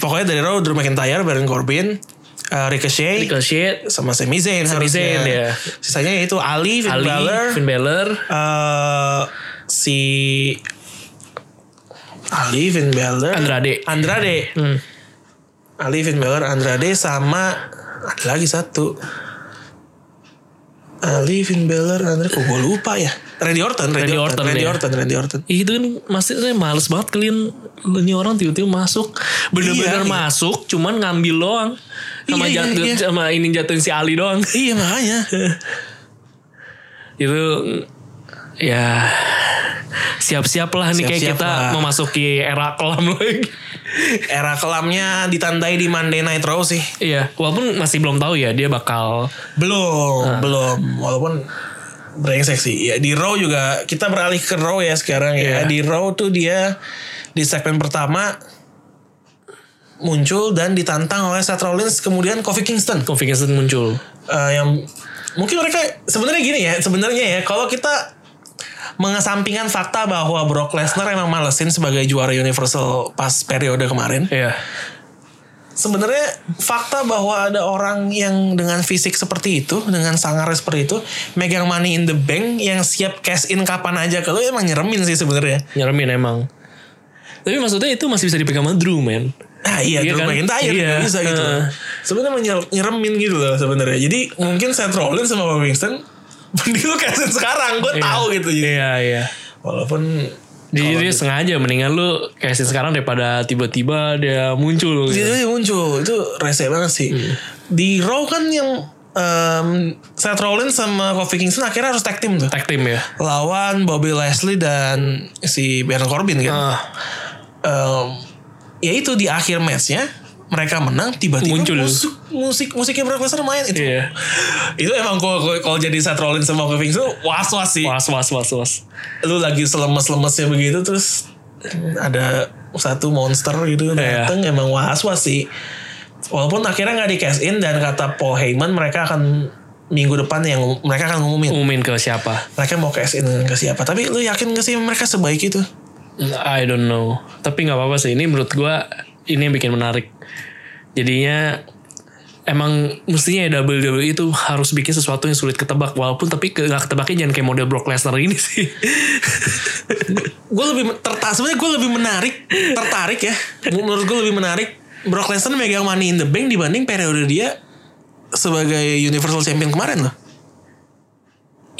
Pokoknya dari Raw Drew McIntyre, Baron Corbin, eh, Ricochet,
Ricochet,
sama Sami Zayn harusnya.
Zayn, ya.
Sisanya itu Ali, Finn
Ali,
Balor,
Finn Balor,
eh si Ali Finn Balor
Andrade.
Andrade
Hmm.
Ali Finn Balor Andrade sama ada lagi satu Ali Finn Balor Andrade kok gue lupa ya Randy Orton Randy,
Randy
Orton,
Orton,
Randy
ya.
Orton Randy Orton
Ih, itu kan maksudnya males banget kalian ini orang tiba-tiba masuk bener-bener
Iya, iya.
masuk cuman ngambil doang
Iya,
sama
iya,
jatuh
iya.
sama ini jatuhin si Ali doang
iya
[laughs]
makanya
itu ya Siap-siap lah nih kayak
Siap-siap
kita
lah.
memasuki era kelam [laughs] lagi.
Era kelamnya ditandai di Monday Night Raw sih.
Iya, walaupun masih belum tahu ya dia bakal
Belum, belum. Walaupun brengsek sih. Ya di Raw juga kita beralih ke Raw ya sekarang ya.
Iya.
Di Raw tuh dia di segmen pertama muncul dan ditantang oleh Seth Rollins kemudian Kofi Kingston
Kofi Kingston muncul.
Eh, yang mungkin mereka sebenarnya gini ya sebenarnya ya kalau kita mengesampingkan fakta bahwa Brock Lesnar emang malesin sebagai juara Universal pas periode kemarin
Iya.
sebenarnya fakta bahwa ada orang yang dengan fisik seperti itu, dengan sangar seperti itu, megang money in the bank yang siap cash in kapan aja kalau emang nyeremin sih sebenarnya.
Nyeremin emang. Tapi maksudnya itu masih bisa dipegang sama Drew, man.
Nah iya, iya
Iya kan?
pengen tayar
Iya.
bisa gitu.
Heeh.
Sebenarnya menyer- nyeremin gitu loh sebenarnya. Jadi mungkin Seth Rollins sama Bob Kingston [laughs] mending lu cash in sekarang, gue tahu gitu. Jadi,
Iya, iya.
Walaupun
Jadi
gitu.
dia sengaja mendingan lu cashin sekarang daripada tiba-tiba dia muncul.
itu
Gitu.
dia muncul itu rese banget sih.
Hmm.
Di Raw kan yang em, Seth Rollins sama Kofi Kingston akhirnya harus tag team tuh.
Tag team ya.
lawan Bobby Leslie dan si Baron Corbin kan.
Ah,
Em, ya itu di akhir matchnya mereka menang tiba-tiba
Muncul.
musik musik musiknya Brock Lesnar main itu.
iya.
Itu emang gua- gua- kalau jadi Seth Rollins sama Kevin itu was-was sih.
Was was was was.
Lu lagi selemes-lemesnya begitu terus ada satu monster gitu
Iya.
dateng emang was-was sih. Walaupun akhirnya nggak di cash in dan kata Paul Heyman mereka akan minggu depan yang mereka akan ngumumin
Umumin ke siapa?
mereka mau cash in ke siapa tapi lu yakin gak sih mereka sebaik itu
I don't know. Tapi nggak apa-apa sih. Ini menurut gua ini yang bikin menarik. Jadinya emang mestinya ya WWE E itu harus bikin sesuatu yang sulit ketebak walaupun tapi ke- nggak ketebaknya jangan kayak model Brock Lesnar ini sih. [laughs]
gue lebih tertarik sebenarnya gue lebih menarik tertarik ya menurut gue lebih menarik Brock Lesnar megang Money in the Bank dibanding periode dia sebagai Universal Champion kemarin loh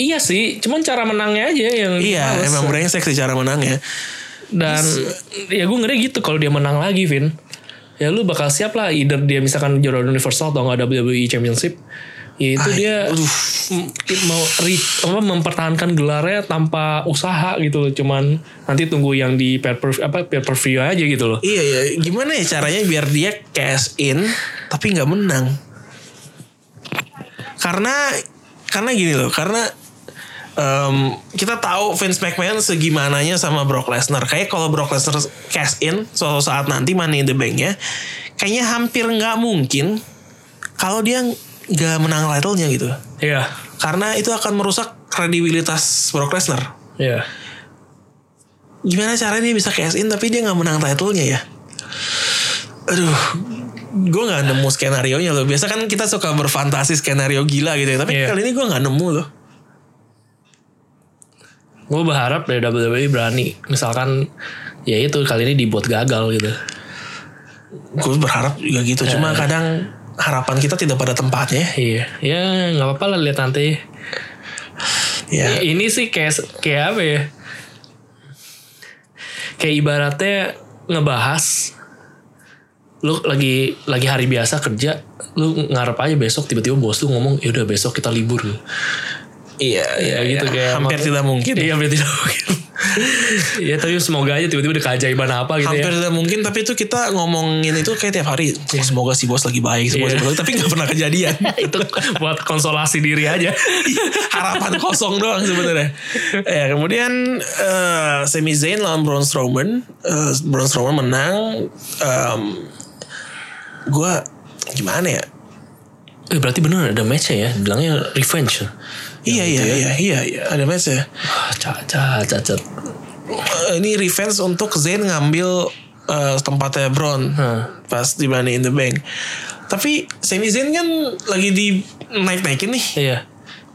iya sih, cuman cara menangnya aja yang
iya
males.
emang brengsek sih cara menangnya
dan ya gue ngeri gitu kalau dia menang lagi Vin ya lu bakal siap lah either dia misalkan juara universal atau nggak WWE championship ya itu dia m- mau re- apa, mempertahankan gelarnya tanpa usaha gitu loh cuman nanti tunggu yang di pay per apa pay per view aja gitu loh
iya ya gimana ya caranya biar dia cash in tapi nggak menang karena karena gini loh karena em, kita tahu Vince McMahon segimananya sama Brock Lesnar kayak kalau Brock Lesnar cash in suatu saat nanti money in the bank ya kayaknya hampir nggak mungkin kalau dia nggak menang title-nya gitu
iya
karena itu akan merusak kredibilitas Brock Lesnar
iya
gimana caranya dia bisa cash in tapi dia nggak menang title-nya ya aduh gue nggak nemu skenario nya loh biasa kan kita suka berfantasi skenario gila gitu ya tapi
Iya.
kali ini gue nggak nemu loh
gue berharap dari WWE E berani misalkan ya itu kali ini dibuat gagal gitu
gue berharap juga gitu cuma kadang harapan kita tidak pada tempatnya
iya ya nggak apa-apa lah lihat nanti
ya
ini sih kayak kayak apa ya? Kayak ibaratnya ngebahas lu lagi lagi hari biasa kerja, lu ngarep aja besok tiba-tiba bos lu ngomong ya udah besok kita libur.
iya iya
Ya, gitu kayak
hampir
emang-
tidak mungkin
Iya, berarti tidak [laughs] mungkin. ya tapi semoga aja tiba-tiba ada keajaiban apa gitu
hampir
ya.
tidak mungkin tapi itu kita ngomongin itu kayak tiap hari "Oh, semoga si bos lagi baik semoga
Iya.
si bos lagi-" tapi nggak pernah
[laughs]
kejadian
[laughs] itu buat konsolasi diri aja.
[laughs] harapan kosong doang sebenarnya. Ya kemudian eh, Sami Zayn lawan Braun Strowman, Eh, Braun Strowman menang. Em, gua gimana ya?
[laughs] Eh, berarti bener ada matchnya ya, bilangnya revenge.
Iya iya, iya iya iya ada match ya.
Ah, cacat cacat.
Eh, ini revenge untuk Zayn ngambil eh, tempatnya Braun
Hmm.
pas di Money in the Bank. Tapi Sami Zayn kan lagi di naik-naikin nih.
Iya.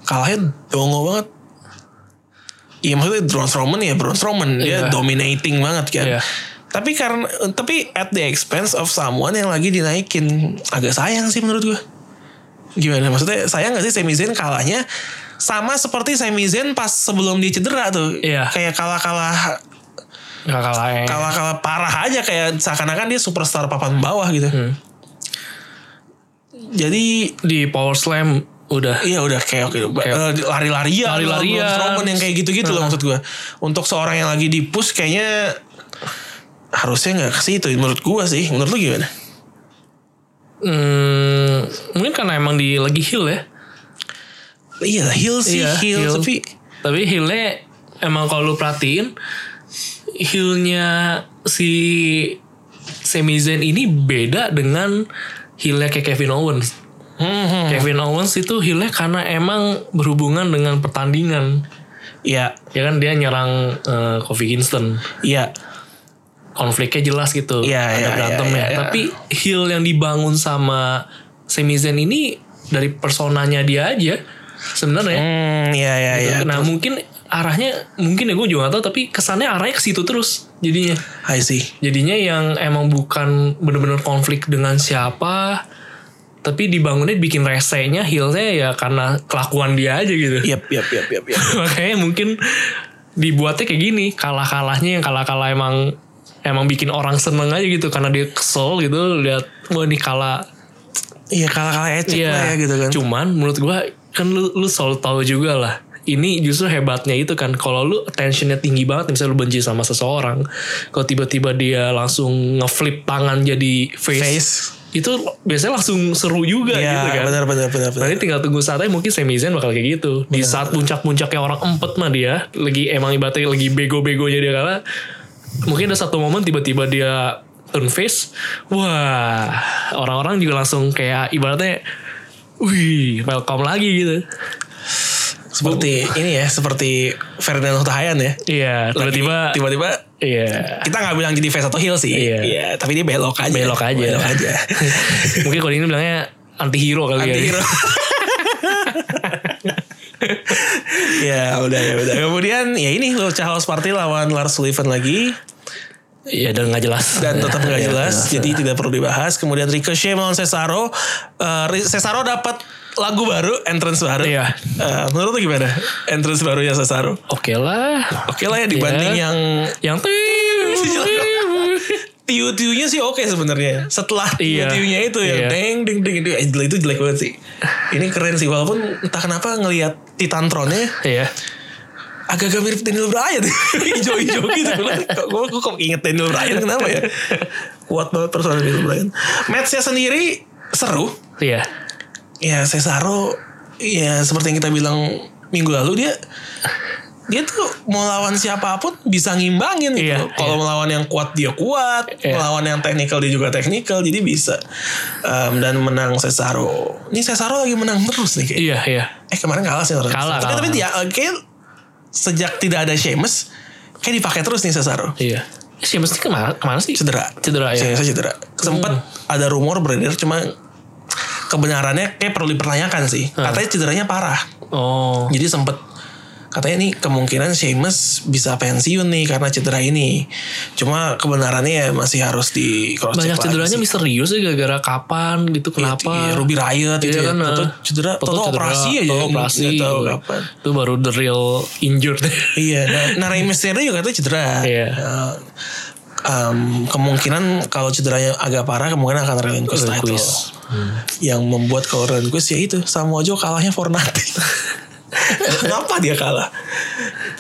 kalahnya dongo banget. Iya maksudnya Braun Strowman ya Braun Strowman dia
Iya.
dominating banget kan.
Iya.
Tapi karena tapi at the expense of someone yang lagi dinaikin agak sayang sih menurut gua. Gimana maksudnya sayang gak sih Sami Zayn kalahnya sama seperti Sami Zayn pas sebelum dia cedera tuh.
Iya.
Kayak kalah-kalah
Gak kalah. eh.
kalah-kalah parah aja kayak seakan-akan dia
Hmm.
superstar papan bawah gitu. Jadi
di Power Slam udah
Iya udah kayak oke
Kayak-
lari-larian,
Lari-larian.
Strowman yang kayak gitu-gitu loh
Nah.
maksud gue. Untuk seorang yang lagi di push kayaknya harusnya nggak ke situ menurut gue sih. Menurut lu gimana?
hmm, mungkin karena emang di lagi heal ya
Iya heel sih
Iya,
heel,
heel.
tapi
tapi healnya emang kalau lu perhatiin healnya si Sami Zayn ini beda dengan healnya kayak Kevin Owens
Hmm, hmm.
Kevin Owens itu healnya karena emang berhubungan dengan pertandingan
ya
ya kan dia nyerang eh, Kofi Kingston
ya
konfliknya jelas gitu
Iya,
ada
iya,
berantem
iya,
ya
iya.
tapi heel yang dibangun sama Sami Zayn ini dari personanya dia aja sebenarnya
hmm, ya ya ya.
nah mungkin arahnya mungkin ya gue juga gak tahu tapi kesannya arahnya ke situ terus jadinya
I see.
jadinya yang emang bukan bener-bener konflik dengan siapa tapi dibangunnya bikin resenya heelnya ya karena kelakuan dia aja gitu
Yap yap yap yap yap.
[laughs] makanya mungkin dibuatnya kayak gini kalah kalahnya yang kalah kalah emang emang bikin orang seneng aja gitu karena dia kesel gitu lihat wah ini kalah
Iya kalah-kalah ecek lah ya gitu kan.
cuman menurut gua kan lu lu selalu tahu juga lah ini justru hebatnya itu kan kalau lu attentionnya tinggi banget misalnya lu benci sama seseorang kalau tiba-tiba dia langsung ngeflip tangan jadi face,
Face.
itu biasanya langsung seru juga
Iya
gitu kan
benar benar benar benar.
Nanti tinggal tunggu saatnya mungkin Sami Zayn bakal kayak gitu.
Iya.
Di saat puncak-puncaknya orang empet mah dia. Lagi emang ibaratnya lagi bego-begonya dia kalah. Mungkin ada satu momen tiba-tiba dia turn face. Wah orang-orang juga langsung kayak ibaratnya. Wih welcome lagi gitu.
Seperti ini ya seperti Ferdinand Hutahayan ya.
Iya
Lagi-
tiba-tiba.
tiba-tiba
Iya.
kita nggak bilang jadi face atau heel sih.
Iya.
tapi dia belok aja.
Belok aja.
Belok
[laughs]
aja.
mungkin kalau ini bilangnya anti hero kali
Anti
ya. [laughs]
hero. ya udah ya udah. Kemudian ya ini loh Charles Party lawan Lars Sullivan lagi
Iya dan nggak jelas.
dan tetap nggak
Iya,
jelas, jadi tidak perlu dibahas. Kemudian Ricochet melawan Cesaro. Eh, Ri- Cesaro dapat lagu baru, entrance baru.
Iya.
Eh, menurut lu gimana? Entrance barunya Cesaro.
Oke lah.
Oke lah ya dibanding
Iya.
yang
Yang
[laughs] tiu-tiunya sih oke sebenarnya. Setelah
Iya.
tiu-tiunya itu ya
Iya.
deng deng deng deng Eh, itu jelek banget sih. Ini keren sih walaupun entah kenapa ngelihat Titantronnya
Iya.
agak-agak mirip Daniel Bryan [laughs] hijau-hijau gitu kok gue kok inget Daniel Bryan kenapa ya kuat banget personal Daniel Bryan matchnya sendiri seru
Iya.
ya Cesaro ya seperti yang kita bilang minggu lalu dia dia tuh mau lawan siapapun bisa ngimbangin gitu.
Iya,
loh. Kalau melawan yang kuat dia kuat,
Iya.
melawan yang teknikal dia juga teknikal, jadi bisa Em, dan menang Cesaro. Ini Cesaro lagi menang terus nih kayaknya.
Iya. Iya.
Eh kemarin kalah sih Lawrence.
Kalah,
tapi,
kalah.
tapi dia kayak sejak tidak ada Sheamus kayak dipakai terus nih Cesaro.
Iya. Sih mesti kemana, kemana sih?
Cedera.
Cedera, ya. Hmm.
Sheamus cedera. Sempat ada rumor beredar cuma kebenarannya kayak perlu dipertanyakan sih.
Hmm.
Katanya cederanya parah.
Oh.
Jadi sempet katanya nih kemungkinan Sheamus bisa pensiun nih karena cedera ini. Cuma kebenarannya ya masih harus di cross
Banyak cederanya misterius ya gara-gara kapan gitu kenapa.
Iya, Ruby Riot itu
Iya
ya.
kan,
Toto
eh.
cedera,
Toto
Toto operasi aja. ya,
Toto
Nggak-
operasi.
nggak tahu kapan.
Itu baru the real injured. [laughs]
Iya, nah, nah Rey Mysterio juga katanya cedera.
Iya.
Nah, um, kemungkinan kalau cederanya agak parah kemungkinan akan relinquish title.
Relinquish.
Hmm. Yang membuat kalau relinquish ya itu Samoa Joe kalahnya for
[laughs]
nothing. Kenapa dia kalah?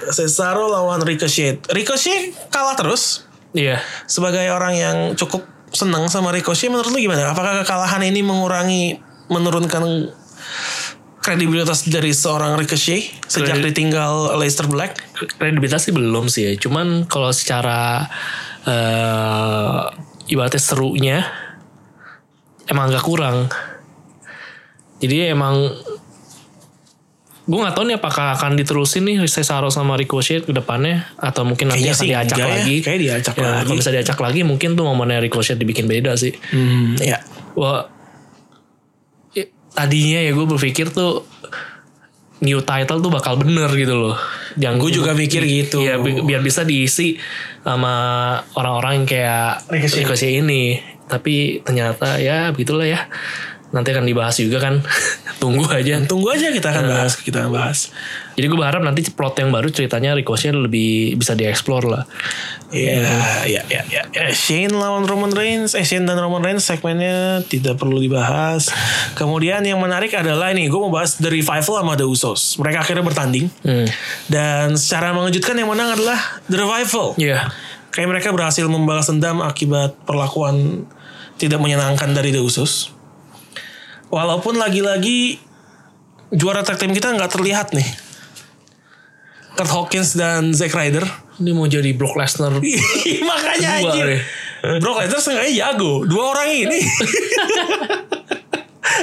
Cesaro lawan Ricochet. Ricochet kalah terus.
Iya.
Sebagai orang yang cukup senang sama Ricochet menurut lu gimana? Apakah kekalahan ini mengurangi menurunkan kredibilitas dari seorang Ricochet sejak
Kredi-
ditinggal Leicester Black?
Kredibilitas sih belum sih ya. Cuman kalau secara eh ibaratnya serunya emang agak kurang. Jadi emang gue nggak tahu nih apakah akan diterusin nih Cesaro sama Ricochet ke depannya atau mungkin nanti
Kayaknya
akan
sih
diacak
enggak ya.
lagi.
Kayaknya diacak
Ya,
lagi.
Kalau bisa diacak lagi mungkin tuh momennya Ricochet dibikin beda sih.
Hmm, ya.
Wah, i- tadinya ya gue berpikir tuh new title tuh bakal bener gitu loh. Yang
Gue juga mikir gitu.
Iya, bi- biar bisa diisi sama orang-orang yang kayak
Ricochet.
Ricochet ini. Tapi ternyata ya begitulah ya. nanti akan dibahas juga kan [laughs] tunggu aja
Tunggu aja kita akan bahas, kita akan bahas.
jadi gue berharap nanti plot yang baru ceritanya Ricochet lebih bisa dieksplor lah
Iya, iya, iya, iya. Eh, Shane lawan Roman Reigns, eh Shane dan Roman Reigns segmennya tidak perlu dibahas. Kemudian yang menarik adalah ini, gue mau bahas The Revival sama The Usos. Mereka akhirnya bertanding.
hmm.
Dan secara mengejutkan yang menang adalah The Revival.
Iya.
Kayak mereka berhasil membalas dendam akibat perlakuan tidak menyenangkan dari The Usos. Walaupun lagi-lagi juara tag team kita nggak terlihat nih. Kurt Hawkins dan Zack Ryder.
ini mau jadi Brock Lesnar
Iya. Ih, Makanya
Dua
anjir.
deh.
Brock Lesnar seenggaknya jago. Dua orang ini.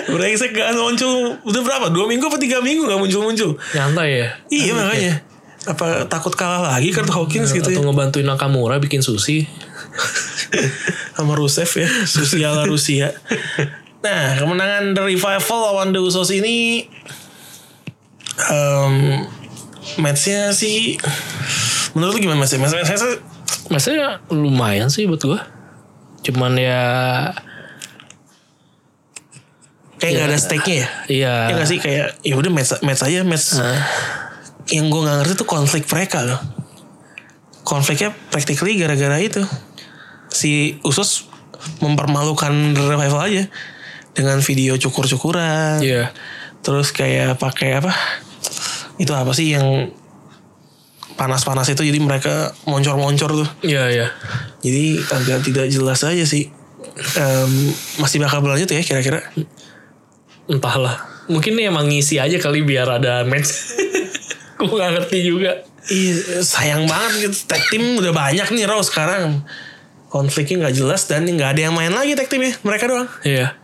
Brengsek gak muncul. Udah berapa? Dua minggu apa tiga minggu gak muncul-muncul.
nyantai ya
Iya makanya. Apa takut kalah lagi Kurt Hawkins gitu
atau
ya.
ngebantuin Nakamura bikin sushi
Sama Rusev ya. Rusia ala Rusia. Nah kemenangan The Revival lawan The Usos ini. em matchnya sih. Menurut lu gimana mas? Mas, mas, mas
maksudnya lumayan sih buat gue cuman ya
kayak gak ada stake-nya ya?
iya
Ya gak sih kayak ya udah match, match aja match
Nah,
yang gue nggak ngerti tuh konflik mereka loh. Konfliknya practically gara-gara itu si Usus mempermalukan revival aja dengan video cukur-cukuran.
iya
Terus kayak pakai apa? Itu apa sih yang panas-panas itu jadi mereka moncor-moncor tuh.
iya iya
Jadi agak tidak jelas aja sih. Em, masih bakal berlanjut ya kira-kira.
entahlah mungkin ini emang ngisi aja kali biar ada match [laughs] gue gak ngerti juga
Iya, sayang banget gitu. Tag team udah banyak nih Raw sekarang. Konfliknya nggak jelas dan nggak ada yang main lagi tag teamnya. Mereka doang.
iya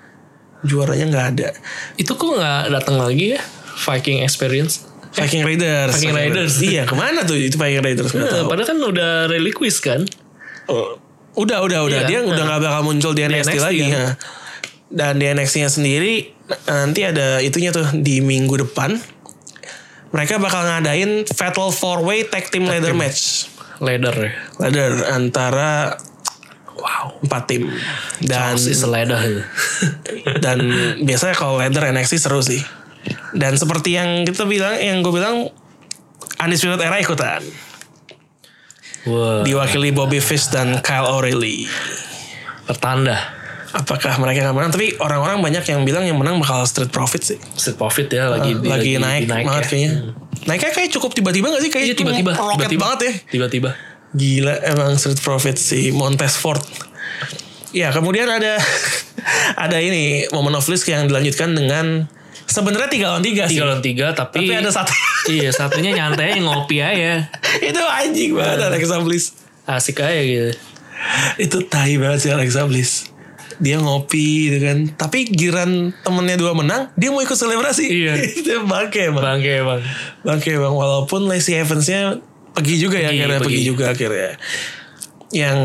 Juaranya nggak ada.
itu kok nggak datang lagi ya Viking Experience
Viking Raiders.
Viking Raiders.
Iya, kemana tuh itu Viking Raiders? Nggak
Nah,
tahu.
padahal kan udah reliquis kan
Oh, Udah, udah, udah.
Iya,
Dia
nah.
udah nggak bakal muncul di NXT,
NXT
lagi.
kan.
ya. Dan di NXT-nya sendiri nanti ada itunya tuh di minggu depan. Mereka bakal ngadain Fatal Four Way Tag Team Ladder Match.
ladder ya
Ladder antara
wow
empat tim dan
Charles is a ladder
dan biasanya kalau ladder NXT seru sih dan seperti yang kita bilang yang gue bilang Undisputed Era ikutan
wah
diwakili Bobby Fish dan Kyle O'Reilly
pertanda
apakah mereka akan menang tapi orang-orang banyak yang bilang yang menang bakal Street Profit sih Eh,
Street Profit ya lagi
lagi, naik, banget
ya.
kayaknya naiknya kayak cukup tiba-tiba gak sih kayak
Iya tiba-tiba
roket
tiba-tiba
banget ya
Tiba-tiba.
Gila emang Street Profit si Montez Ford. Ya kemudian ada [laughs] ada ini momen of risk yang dilanjutkan dengan sebenarnya tiga lawan tiga sih.
Tiga lawan tiga tapi,
Tapi ada satu [laughs]
iya satunya nyantai ngopi aja.
itu anjing banget Alexa Bliss.
Asik aja gitu.
Itu tai banget sih Alexa Bliss. Dia ngopi gitu kan. Tapi giran temennya dua menang, dia mau ikut selebrasi.
Iya.
[laughs] itu bangke emang.
Bangke bang.
Oke bang, walaupun Lacey Evansnya pergi juga ya
Pergi,
akhirnya, pergi.
pergi.
juga akhirnya. Yang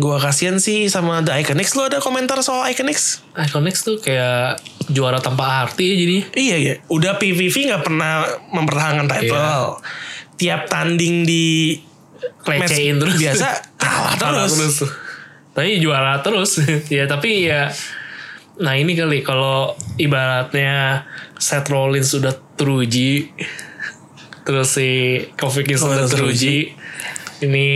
gua kasihan sih sama The Iconics, lo ada komentar soal Iconics?
Iconics Ah, tuh kayak juara tanpa arti ya jadi.
Iya ya, udah PVV nggak pernah mempertahankan title.
Iya.
Tiap tanding di match
Lecehin terus. [laughs]
biasa kalah
Kalah
terus.
terus. Tapi juara terus. [laughs] ya tapi ya Nah ini kali kalau ibaratnya Seth Rollins sudah teruji Terus si Kofi Kingston
Sudah
sudah teruji Ini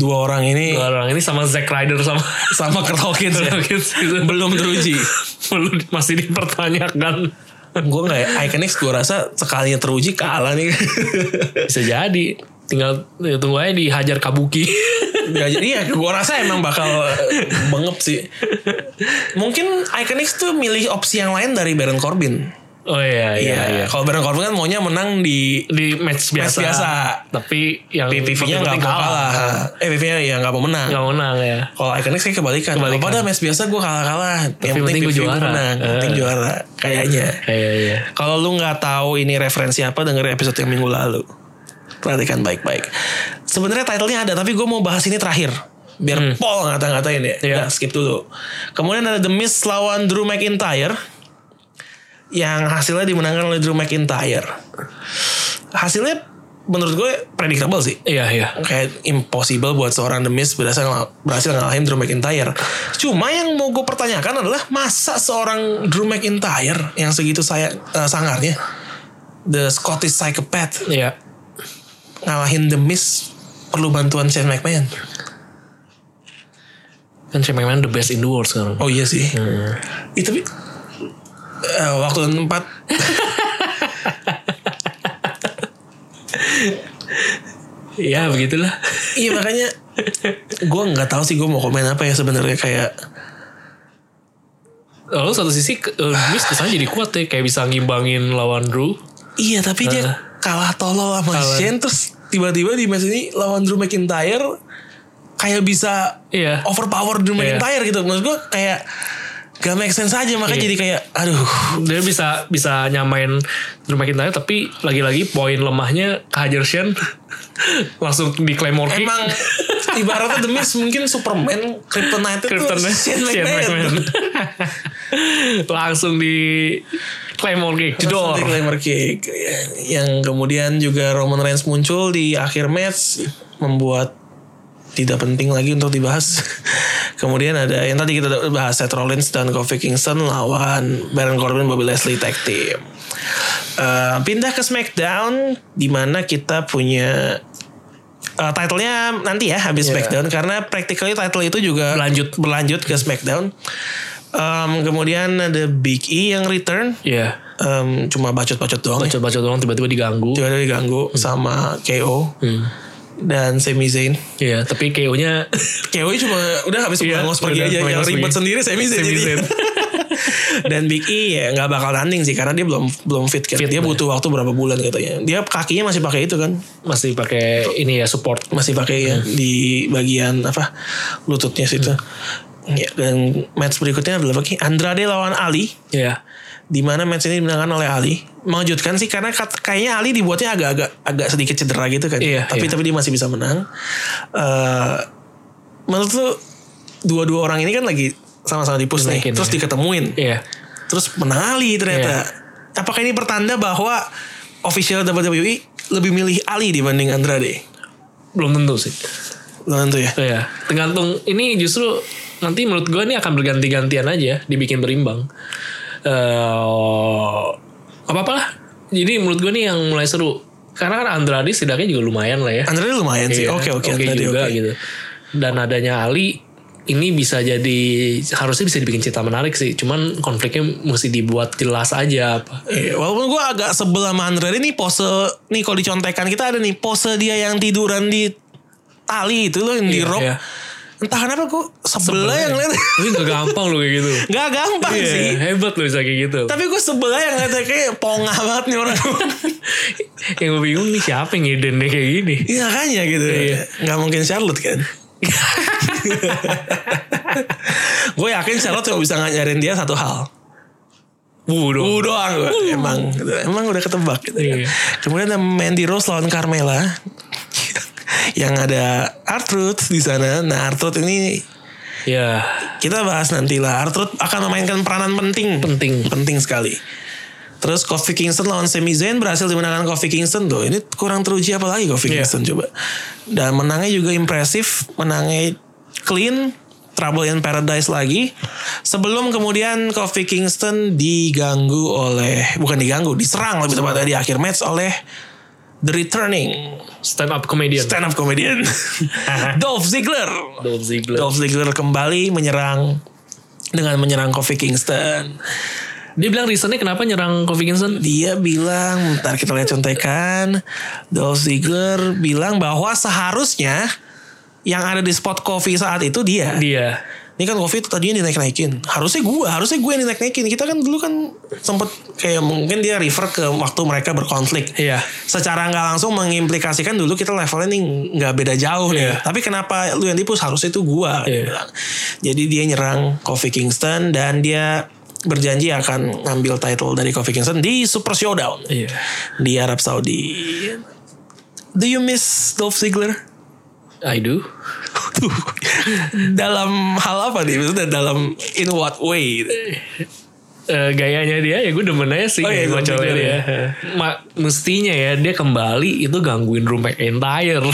Dua orang ini
dua orang ini sama Zack Ryder sama
sama Kurt Hawkins ya.
Hawkins gitu.
Belum teruji. [laughs]
[laughs] Belum masih dipertanyakan.
gue nggak ya, Iconics gue rasa sekalinya teruji kalah nih.
Bisa jadi. Tinggal ya, tunggu aja dihajar Kabuki. [laughs]
Dia- iya, gue rasa emang bakal eh, bengep sih. Mungkin Iconics tuh milih opsi yang lain dari Baron Corbin. Ya,
Oh iya iya. iya.
Kalau Baron Corbin kan maunya menang di
Di match biasa.
Match biasa.
Tapi yang
PPV-nya nggak
penting-penting
mau kalah. Eh, PPV-nya ya nggak mau menang.
Nggak mau menang ya.
Kalau Iconics kayak kebalikan.
Kebalikan.
Kalau pada match biasa gue kalah-kalah. Yang
penting
penting
gua
PPV gua
juara.
menang. Yang penting
Eh.
juara. Kayaknya.
Iya iya.
Kalau lu nggak tahu ini referensi apa dengerin episode yang minggu lalu. Perhatikan baik-baik. Sebenarnya titlenya ada tapi gue mau bahas ini terakhir biar Paul ngata-ngatain ya.
Iya.
Nah, skip dulu. Kemudian ada The Miz lawan Drew McIntyre yang hasilnya dimenangkan oleh Drew McIntyre. Hasilnya menurut gue predictable sih.
Iya iya.
Kayak impossible buat seorang The Miz berhasil, ngal- berhasil ngalahin Drew McIntyre. Cuma yang mau gue pertanyakan adalah masa seorang Drew McIntyre yang segitu saya eh, sangarnya The Scottish Psychopath
Iya.
ngalahin The Miz perlu bantuan Shane McMahon.
Kan Shane McMahon the best in the world sekarang. Hmm.
Oh iya sih. Itu tapi eh, waktu dan tempat.
Iya begitulah. [laughs]
iya makanya gue nggak tahu sih gue mau komen apa ya sebenarnya kayak
Lalu satu sisi ke- eh, Miz kesannya jadi kuat ya kayak bisa ngimbangin lawan Drew.
iya tapi dia
Eh.
kalah tolol sama
Kalah.
Shane terus tiba-tiba di match ini lawan Drew McIntyre kayak bisa
Iya.
overpower Drew
Iya.
McIntyre gitu maksud gue kayak gak make sense aja makanya
Iya.
jadi kayak aduh
Dia bisa bisa nyamain Drew McIntyre tapi lagi-lagi poin lemahnya kehajar Shane [laughs] langsung di Claymore kick. [laughs]
emang ibaratnya The Miz mungkin Superman Kryptonite itu
Kryptonite
Shane McMahon
[laughs] langsung di Claymore kick jedor.
Celtic Lamer Kick yang kemudian juga Roman Reigns muncul di akhir match membuat tidak penting lagi untuk dibahas. [laughs] kemudian ada yang tadi kita udah bahas Seth Rollins dan Kofi Kingston lawan Baron Corbin Bobby Leslie tag team. Eh, pindah ke SmackDown di mana kita punya eh, titlenya nanti ya habis SmackDown karena practically title itu juga
Berlanjut.
berlanjut ke SmackDown. Em, kemudian ada Big E yang return
Iya.
Em, cuma bacot-bacot doang. ya.
Baca-baca doang tiba-tiba diganggu.
Tiba-tiba diganggu sama KO
Hmm.
dan Sami Zayn.
Iya, tapi KO-nya
KO cuma udah habis
Iya,
ngos pergi
udah,
aja yang
ngos pergi.
ribet sendiri Sami Zayn.
Sami
jadi.
Zayn.
[laughs] dan Big E ya nggak bakal tanding sih karena dia belum belum fit kan.
Fit, nah.
dia
bener.
butuh waktu berapa bulan katanya. Dia kakinya masih pakai itu kan.
masih pakai ini ya support.
Masih pakai
Hmm.
ya di bagian apa lututnya situ.
Hmm.
Ya, dan match berikutnya adalah lagi Andrade lawan Ali.
Iya.
di mana match ini dimenangkan oleh Ali. Mengejutkan sih karena kat- kayaknya Ali dibuatnya agak-agak agak sedikit cedera gitu kan.
Iya,
tapi
iya.
tapi dia masih bisa menang. Eh menurut lu dua-dua orang ini kan lagi sama-sama di push nih,
Dinaikin,
terus
ya.
diketemuin,
Iya.
terus menang Ali ternyata. Apakah ini pertanda bahwa official WWE lebih milih Ali dibanding Andrade?
Belum tentu sih.
Belum Tentu ya.
Iya. Tergantung ini justru nanti menurut gue ini akan berganti-gantian aja, ya, dibikin berimbang. Eh apa-apalah. Jadi menurut gue nih yang mulai seru. Karena kan Andrade setidaknya juga lumayan lah ya.
Andrade lumayan sih.
Iya,
Oke oke. Andrade
juga
oke.
gitu. Dan adanya Ali ini bisa jadi harusnya bisa dibikin cerita menarik sih. Cuman konfliknya mesti dibuat jelas aja apa.
Iya, walaupun gue agak sebel sama Andrade nih pose nih kalau dicontekan kita ada nih pose dia yang tiduran di tali itu loh yang di
Iya,
rock.
iya.
Entah kenapa gue sebel aja yang [laughs] liat.
Tapi gak gampang loh kayak gitu.
Gak gampang
Iya,
sih.
hebat loh bisa kayak gitu.
Tapi gue sebel aja yang liatnya kayak pongah banget nih
[laughs]
orang.
yang gue bingung nih siapa yang ngiden deh kayak gini.
Iya makanya gitu.
Iya.
Gak mungkin Charlotte
[laughs]
kan. gue yakin Charlotte cuma bisa ngajarin dia satu hal.
Waduh.
Uh doang gue. Emang, gitu. emang udah ketebak gitu kan.
Iya.
Kemudian ada Mandy Rose lawan Carmela. [laughs] yang ada Artruth di sana. Nah Artruth ini
Ya
kita bahas nanti lah. Artruth akan memainkan peranan penting.
penting.
Penting sekali. Terus Kofi Kingston lawan Sami Zayn berhasil dimenangkan Kofi Kingston tuh. Ini kurang teruji apa lagi Kofi
Iya.
Kingston coba. Dan menangnya juga impresif, menangnya clean, Trouble in Paradise lagi. Sebelum kemudian Kofi Kingston diganggu oleh bukan diganggu, diserang lebih tepatnya di akhir match oleh The Returning
Stand up comedian.
stand up
[laughs]
comedian Dolph Ziggler.
Dolph Ziggler.
Dolph Ziggler kembali menyerang dengan menyerang Kofi Kingston.
Dia bilang reasonnya kenapa nyerang Kofi Kingston?
dia bilang ntar kita lihat contekan Dolph Ziggler bilang bahwa seharusnya yang ada di spot coffee saat itu dia
Dia.
ini kan coffee tadinya dinaik naikin harusnya gue harusnya gue yang dinaik naikin kita kan dulu kan sempet kayak mungkin dia refer ke waktu mereka berkonflik
Iya.
secara nggak langsung mengimplikasikan dulu kita levelnya nih nggak beda jauh nih.
Iya.
Tapi kenapa lu yang dipus harusnya itu gua. dia
Iya.
bilang. Jadi dia nyerang Kofi Kingston dan dia berjanji akan ngambil title dari Kofi Kingston di Super Showdown
Iya.
di Arab Saudi. Do you miss Dolph Ziggler?
I do.
Tuh. dalam hal apa nih? Maksudnya dalam in what way?
eh, gayanya dia ya gue demen aja sih
Oh, iya, gua
ngocolnya
pikir
dia.
ya.
Ma- mestinya ya dia kembali itu gangguin room
[laughs]
McIntyre.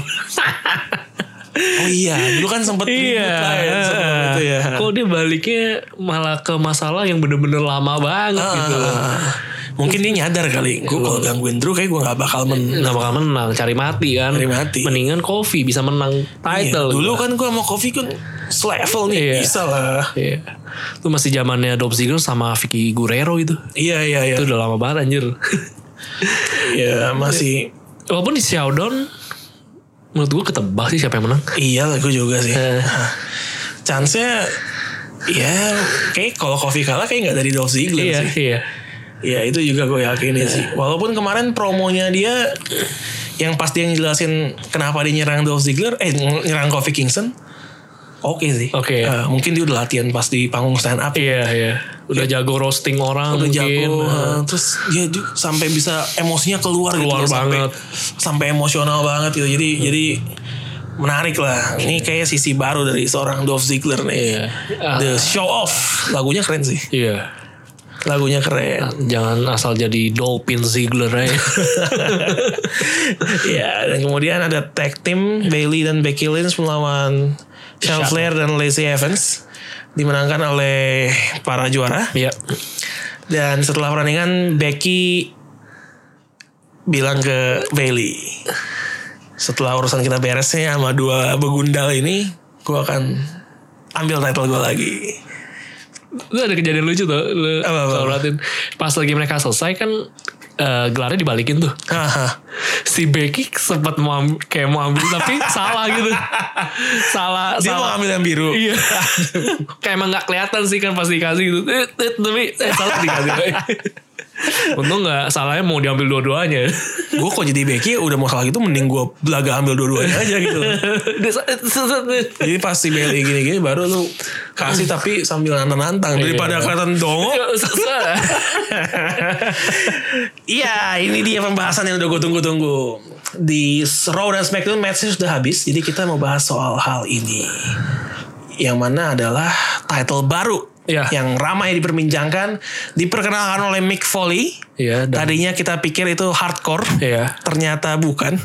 Oh iya, dulu kan sempet ribut
iya.
lah ya, sebelum itu ya.
Kok dia baliknya malah ke masalah yang bener-bener lama banget
Ah,
gitu.
ah,
Iya.
ah. Mungkin dia nyadar kali, gue kalau gangguin Drew kayak gue gak bakal men.
Gak bakal menang, cari mati kan.
Cari mati. Iya,
Mendingan Kofi bisa menang title. gitu.
Dulu kan gue sama Kofi kan selevel nih,
Iya.
bisa lah.
Iya. Itu masih zamannya Dolph Ziggler sama Vicky Guerrero itu.
Iya iya iya.
Itu udah lama banget anjir. [laughs]
Ya masih
Walaupun di showdown menurut gue ketebak sih siapa yang menang.
iya lah gue juga sih.
Eh.
Chance nya ya kayak kalau Kofi kalah kayak nggak dari Dolph Ziggler
iya,
sih.
iya.
Ya itu juga gue yakinin sih.
[laughs]
Walaupun kemarin promonya dia yang pasti yang jelasin kenapa dia nyerang Dolph Ziggler, eh nyerang Kofi Kingston. Oke sih.
Oke.
Eh, mungkin dia udah latihan pas di panggung stand up.
Iya, iya. Udah jago roasting orang
udah
mungkin. Nah,
jago eh, terus dia ju- sampai bisa emosinya keluar, gitu
Keluar
loh, sampai-
banget. Hmm.
sampai, emosional banget gitu jadi jadi menarik lah ini kayak sisi baru dari seorang Dolph Ziggler nih
Iya. Ah.
the show off lagunya keren sih
Iya.
lagunya keren
Jangan asal jadi Dolphin Ziggler
[laughs]
aja.
ya dan kemudian ada tag team Bailey dan Becky Lynch melawan Shel
Shel.
Flair dan Lacey Evans dimenangkan oleh para juara
Iya.
dan setelah pertandingan Becky bilang ke Bailey setelah urusan kita beresnya sama dua begundal ini gue akan ambil title gue lagi
Itu ada kejadian lucu tuh. Lu
Apa, apa, apa?
kalau perhatiin. Pas lagi mereka selesai kan eh, gelarnya dibalikin tuh.
Haha.
si Becky sempat mau amb- kayak mau ambil tapi
[laughs]
salah gitu salah
dia mau
salah
ambil yang biru
iya kayak emang nggak kelihatan sih kan pas dikasih gitu Eh, eh, tapi eh, salah dikasih untung nggak salahnya mau diambil dua-duanya
gue kok jadi Becky udah mau salah gitu mending gue belaga ambil dua-duanya aja
[laughs]
gitu loh.
Dia sa- eh, set- set- set.
jadi pas si Bailey gini-gini baru lu kasih tapi sambil nantang-nantang daripada
Hmm. Iya.
kelihatan dongo
Set- set.
Iya, ini dia pembahasan yang udah gue tunggu-tunggu. Di Raw dan SmackDown matchnya sudah habis, jadi kita mau bahas soal hal ini. Yang mana adalah title baru
Iya.
yang ramai diperbincangkan, diperkenalkan oleh Mick Foley.
Iya, dan-
Tadinya kita pikir itu hardcore,
iya
ternyata bukan.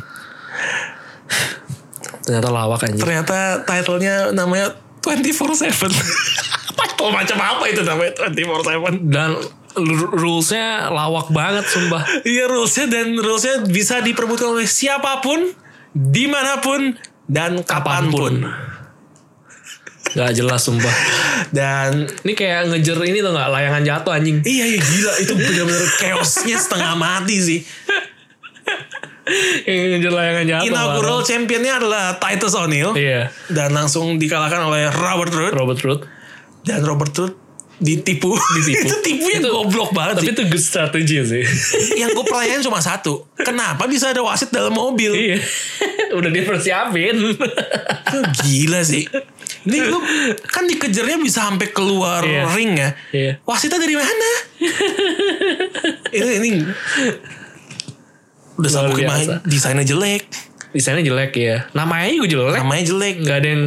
ternyata lawak anjir
Ternyata titlenya namanya 24/7. [laughs] title macam apa itu namanya 24/7?
dan lu- rulesnya lawak banget sumpah
Iya rulesnya dan rulesnya bisa diperbutkan oleh siapapun, dimanapun, dan kapanpun.
nggak jelas sumpah
Dan
ini kayak ngejer ini tuh nggak layangan jatuh anjing
iya iya gila itu benar-benar chaosnya setengah mati sih.
Kayak ngejer layangan jatuh
Inaugural
malah.
championnya adalah Titus O'Neil
iya
dan langsung dikalahkan oleh Robert Roode
Robert Root
dan Robert Roode ditipu. [laughs]
Ditipu.
itu tipunya goblok banget
Tapi
sih.
itu good strategy sih.
Yang gue pertanyaan cuma satu. Kenapa bisa ada wasit dalam mobil? [laughs]
iya. Udah dia persiapin.
Itu gila sih. Ini lu kan dikejarnya bisa sampai keluar
Iya.
ring ya.
Iya.
Wasitnya dari mana? ini, ini udah
Luar
sambung
biasa.
main desainnya jelek,
[laughs] Desainnya jelek ya. Namanya juga jelek.
namanya jelek,
Gak ada yang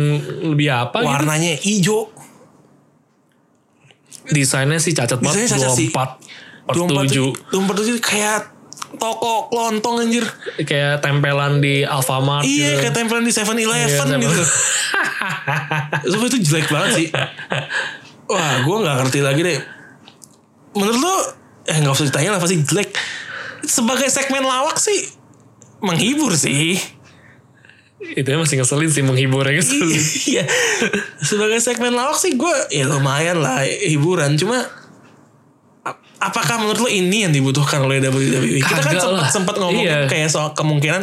lebih apa gitu.
warnanya hijau.
Desainnya sih cacat banget.
Desainnya cacat sih.
Oh, 24 per 7.
24 kayak toko kelontong anjir.
Kayak tempelan di Alfamart
Iya,
gitu.
kayak tempelan di 7-Eleven
Iya, [laughs]
gitu. Sumpah itu jelek banget sih. Wah, gue gak ngerti lagi deh. Menurut lo, eh gak usah ditanya lah pasti jelek. Sebagai segmen lawak sih, menghibur sih.
Itu ya masih ngeselin sih menghibur ya. [laughs] ngeselin.
Iya. Sebagai segmen lawak sih gue, ya lumayan lah hiburan. Cuma, ap- apakah menurut lo ini yang dibutuhkan oleh WWE? Kita kan
Kagak
sempat
lah.
sempat ngomongin
Iya.
kayak soal kemungkinan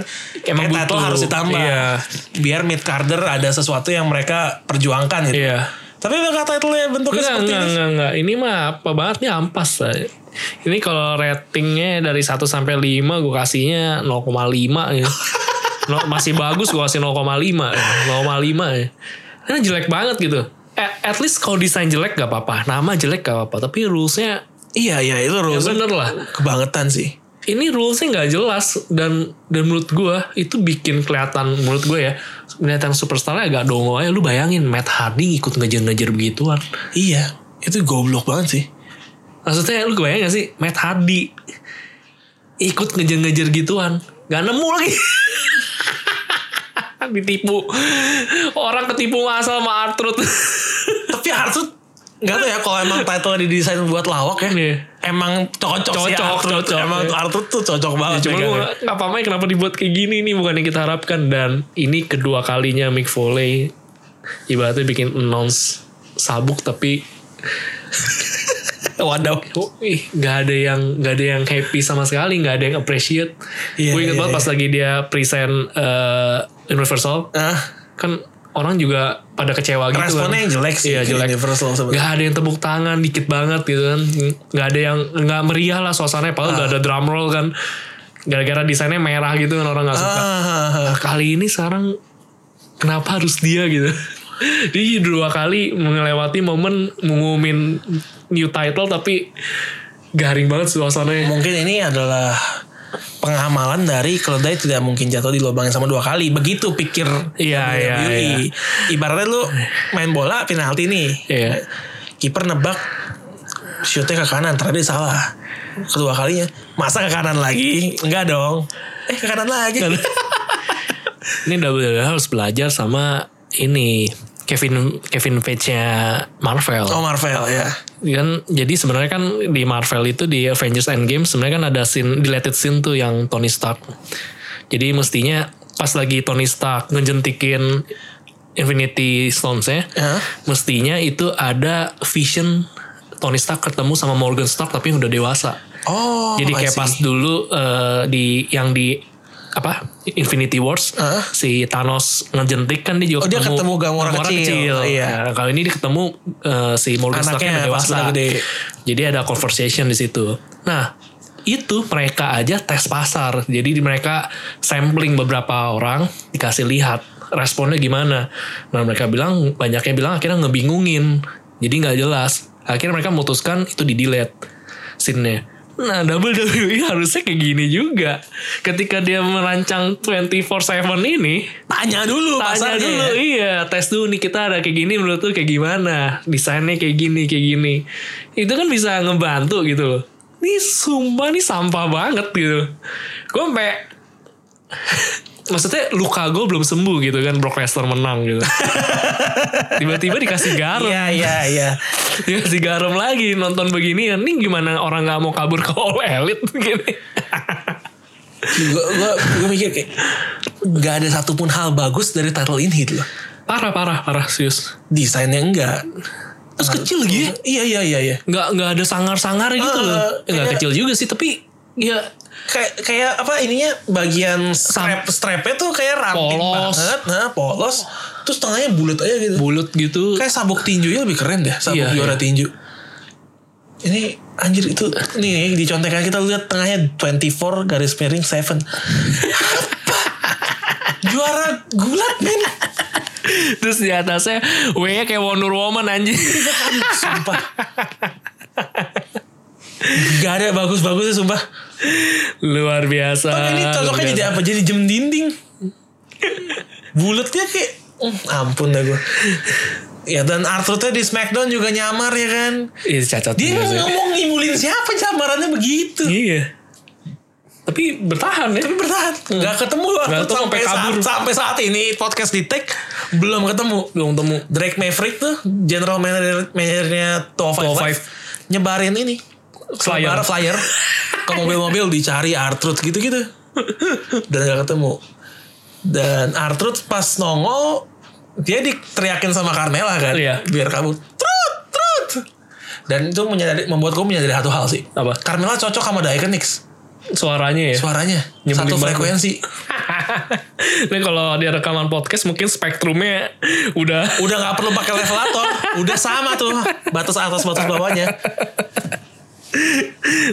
Emang
kayak title
butuh.
harus ditambah.
Iya.
Biar mid carder ada sesuatu yang mereka perjuangkan gitu.
Iya.
Tapi apakah title-nya bentuknya
Enggak,
seperti
enggak,
ini?
enggak, enggak. Ini mah apa banget nih ampas lah. Ini kalau ratingnya dari 1 sampai 5 gue kasihnya 0,5 ya. no, masih bagus gue kasih 0,5 ya. 0,5 ya. Karena jelek banget gitu. At, at least kalau desain jelek gak apa-apa. Nama jelek gak apa-apa. Tapi rulesnya
Iya, iya. Itu
ya
rules
bener lah.
kebangetan sih.
Ini rulesnya gak jelas. Dan dan menurut gue itu bikin kelihatan menurut gue ya. Kelihatan superstarnya agak dongo aja. Lu bayangin Matt Hardy ikut ngejar-ngejar begituan.
Iya. Itu goblok banget sih.
Maksudnya lu kebayang gak sih Matt Hardy ikut ngejar-ngejar gituan. Gak nemu lagi. [laughs] Ditipu. Orang ketipu masal sama Artrud. [laughs]
Tapi Arthur nggak tahu ya kalau emang title didesain buat lawak ya.
Iya.
Emang cocok, sih
Cocok,
Arthur.
cocok,
Emang
iya.
Arthur tuh cocok banget. ya.
Cuma
megangnya.
gue gak paham aja ya, kenapa dibuat kayak gini. Ini bukan yang kita harapkan. Dan ini kedua kalinya Mick Foley ibaratnya bikin announce sabuk tapi
[laughs] Wadaw.
Oh, ih, nggak ada yang nggak ada yang happy sama sekali, nggak ada yang appreciate.
Iya,
gue inget
iya,
banget pas lagi dia present eh, Universal,
Ah,
kan orang juga pada kecewa gitu.
responnya
kan.
yang jelek sih.
Iya
ke
jelek.
Universal sebenarnya.
Gak ada yang tepuk tangan, dikit banget gitu kan. Gak ada yang nggak meriah lah suasananya. Padahal udah ada drum roll kan. Gara-gara desainnya merah gitu kan orang nggak suka.
Ah,
Nah, kali ini sekarang kenapa harus dia gitu [laughs] dia dua kali melewati momen ngumumin new title tapi garing banget suasananya
mungkin ini adalah pengamalan dari keledai tidak mungkin jatuh di lubang yang sama dua kali. Begitu pikir
Iya, iya,
WWE. Ibaratnya lu main bola penalti nih.
Iya.
Kiper nebak shootnya ke kanan, ternyata dia salah. Kedua kalinya, masa ke kanan lagi? Enggak dong. Eh ke kanan lagi.
ini WWE harus belajar sama ini Kevin Kevin Page nya Marvel
oh Marvel ya.
kan jadi sebenarnya kan di Marvel itu di Avengers Endgame sebenarnya kan ada scene deleted scene tuh yang Tony Stark. Jadi mestinya pas lagi Tony Stark ngejentikin Infinity Stones ya,
Hah?
mestinya itu ada Vision Tony Stark ketemu sama Morgan Stark tapi yang udah dewasa.
Oh.
Jadi
I
kayak
see.
pas dulu eh, di yang di apa Infinity Wars
Heeh.
si Thanos ngejentik kan dia
Oh,
juga
dia ketemu Gamora kecil. Iya.
Nah, kalau ini dia ketemu eh, si Morgan Stark
Anaknya
yang
pas
dewasa.
udah gede.
Jadi ada conversation di situ. Nah itu mereka aja tes pasar. Jadi di- mereka sampling beberapa orang dikasih lihat responnya gimana. Nah mereka bilang banyaknya bilang akhirnya ngebingungin. Jadi nggak jelas. Akhirnya mereka memutuskan itu di delete scene-nya. Nah WWE harusnya kayak gini juga. Ketika dia merancang 24/7 ini,
Tanya dulu
tanya
pasarnya.
dulu iya tes dulu nih kita ada kayak gini menurut tuh kayak gimana desainnya kayak gini kayak gini itu kan bisa ngebantu gitu loh ini sumpah nih sampah banget gitu gue sampai [laughs] maksudnya luka gue belum sembuh gitu kan Brock Lesnar menang gitu tiba-tiba dikasih garam
Iya iya iya.
dikasih garam lagi nonton beginian ini gimana orang nggak mau kabur ke all elite [laughs] gini
gue gue gue mikir kayak nggak ada satupun hal bagus dari title ini gitu loh
parah parah parah serius
desainnya enggak
terus kecil lagi ya
iya iya iya iya
nggak nggak ada sangar-sangar gitu
Eh,
loh Ya, nggak
kayak-
kecil juga sih tapi ya
kayak kayak apa ininya bagian strap strapnya tuh kayak ramping
Polos.
banget nah polos terus tengahnya bulat aja gitu
bulat gitu
kayak sabuk tinjunya lebih keren deh sabuk
Iya,
juara
iya.
tinju ini anjir itu nih di contekan kita lihat tengahnya 24 garis miring 7 Apa? [laughs] juara gulat men
terus di atasnya W nya kayak Wonder Woman
[laughs]
anjing
sumpah Gak ada bagus-bagusnya sumpah
luar biasa
Tapi ini cocoknya
luar
jadi
biasa.
apa? Jadi jam dinding Buletnya kayak mm, Ampun dah gue Ya dan Arthur tuh di Smackdown juga nyamar ya kan
Iya, cacat
Dia
juga sih.
nggak mau ngibulin siapa Camarannya begitu
iya tapi bertahan ya
Tapi bertahan Gak ketemu Arthur
ketemu,
sampai,
sampai kabur.
saat, sampai saat ini Podcast di tag Belum ketemu
belum temu
Drake Maverick tuh General Manager- Managernya 255 Nyebarin ini
Flyer.
Selembar flyer Ke mobil-mobil dicari Artrud gitu-gitu Dan gak ketemu Dan Artrud pas nongol Dia diteriakin sama Carmela kan
Iya.
Biar kabur Trut Trut Dan itu menyadari, membuat gue menyadari satu hal sih
Apa?
Carmela cocok sama The Iconics
suaranya ya
Suaranya
Nyebelin
Satu
banget.
frekuensi
[laughs] ini kalau dia rekaman podcast mungkin spektrumnya udah
udah nggak perlu pakai levelator udah sama tuh batas atas batas bawahnya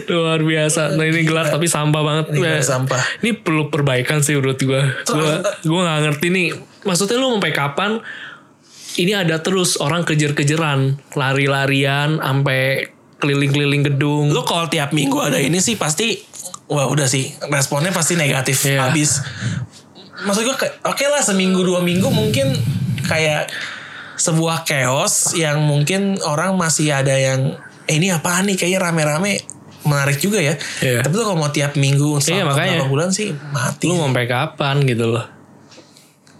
luar biasa nah ini gelar tapi sampah banget
Ini gelar
Ya,
sampah.
ini perlu perbaikan sih menurut gue gue gue nggak ngerti nih maksudnya lu sampai kapan ini ada terus orang kejer-kejeran lari-larian sampai keliling-keliling gedung
lu kalau tiap minggu ada ini sih pasti wah udah sih responnya pasti negatif
Iya.
habis maksud gue kayak, oke lah seminggu dua minggu mungkin kayak sebuah chaos yang mungkin orang masih ada yang eh ini apaan nih kayaknya rame-rame menarik juga ya.
Iya.
Tapi tuh kalau mau tiap minggu
Iya,
selama
makanya.
beberapa bulan sih mati.
lu mau sampai kapan gitu loh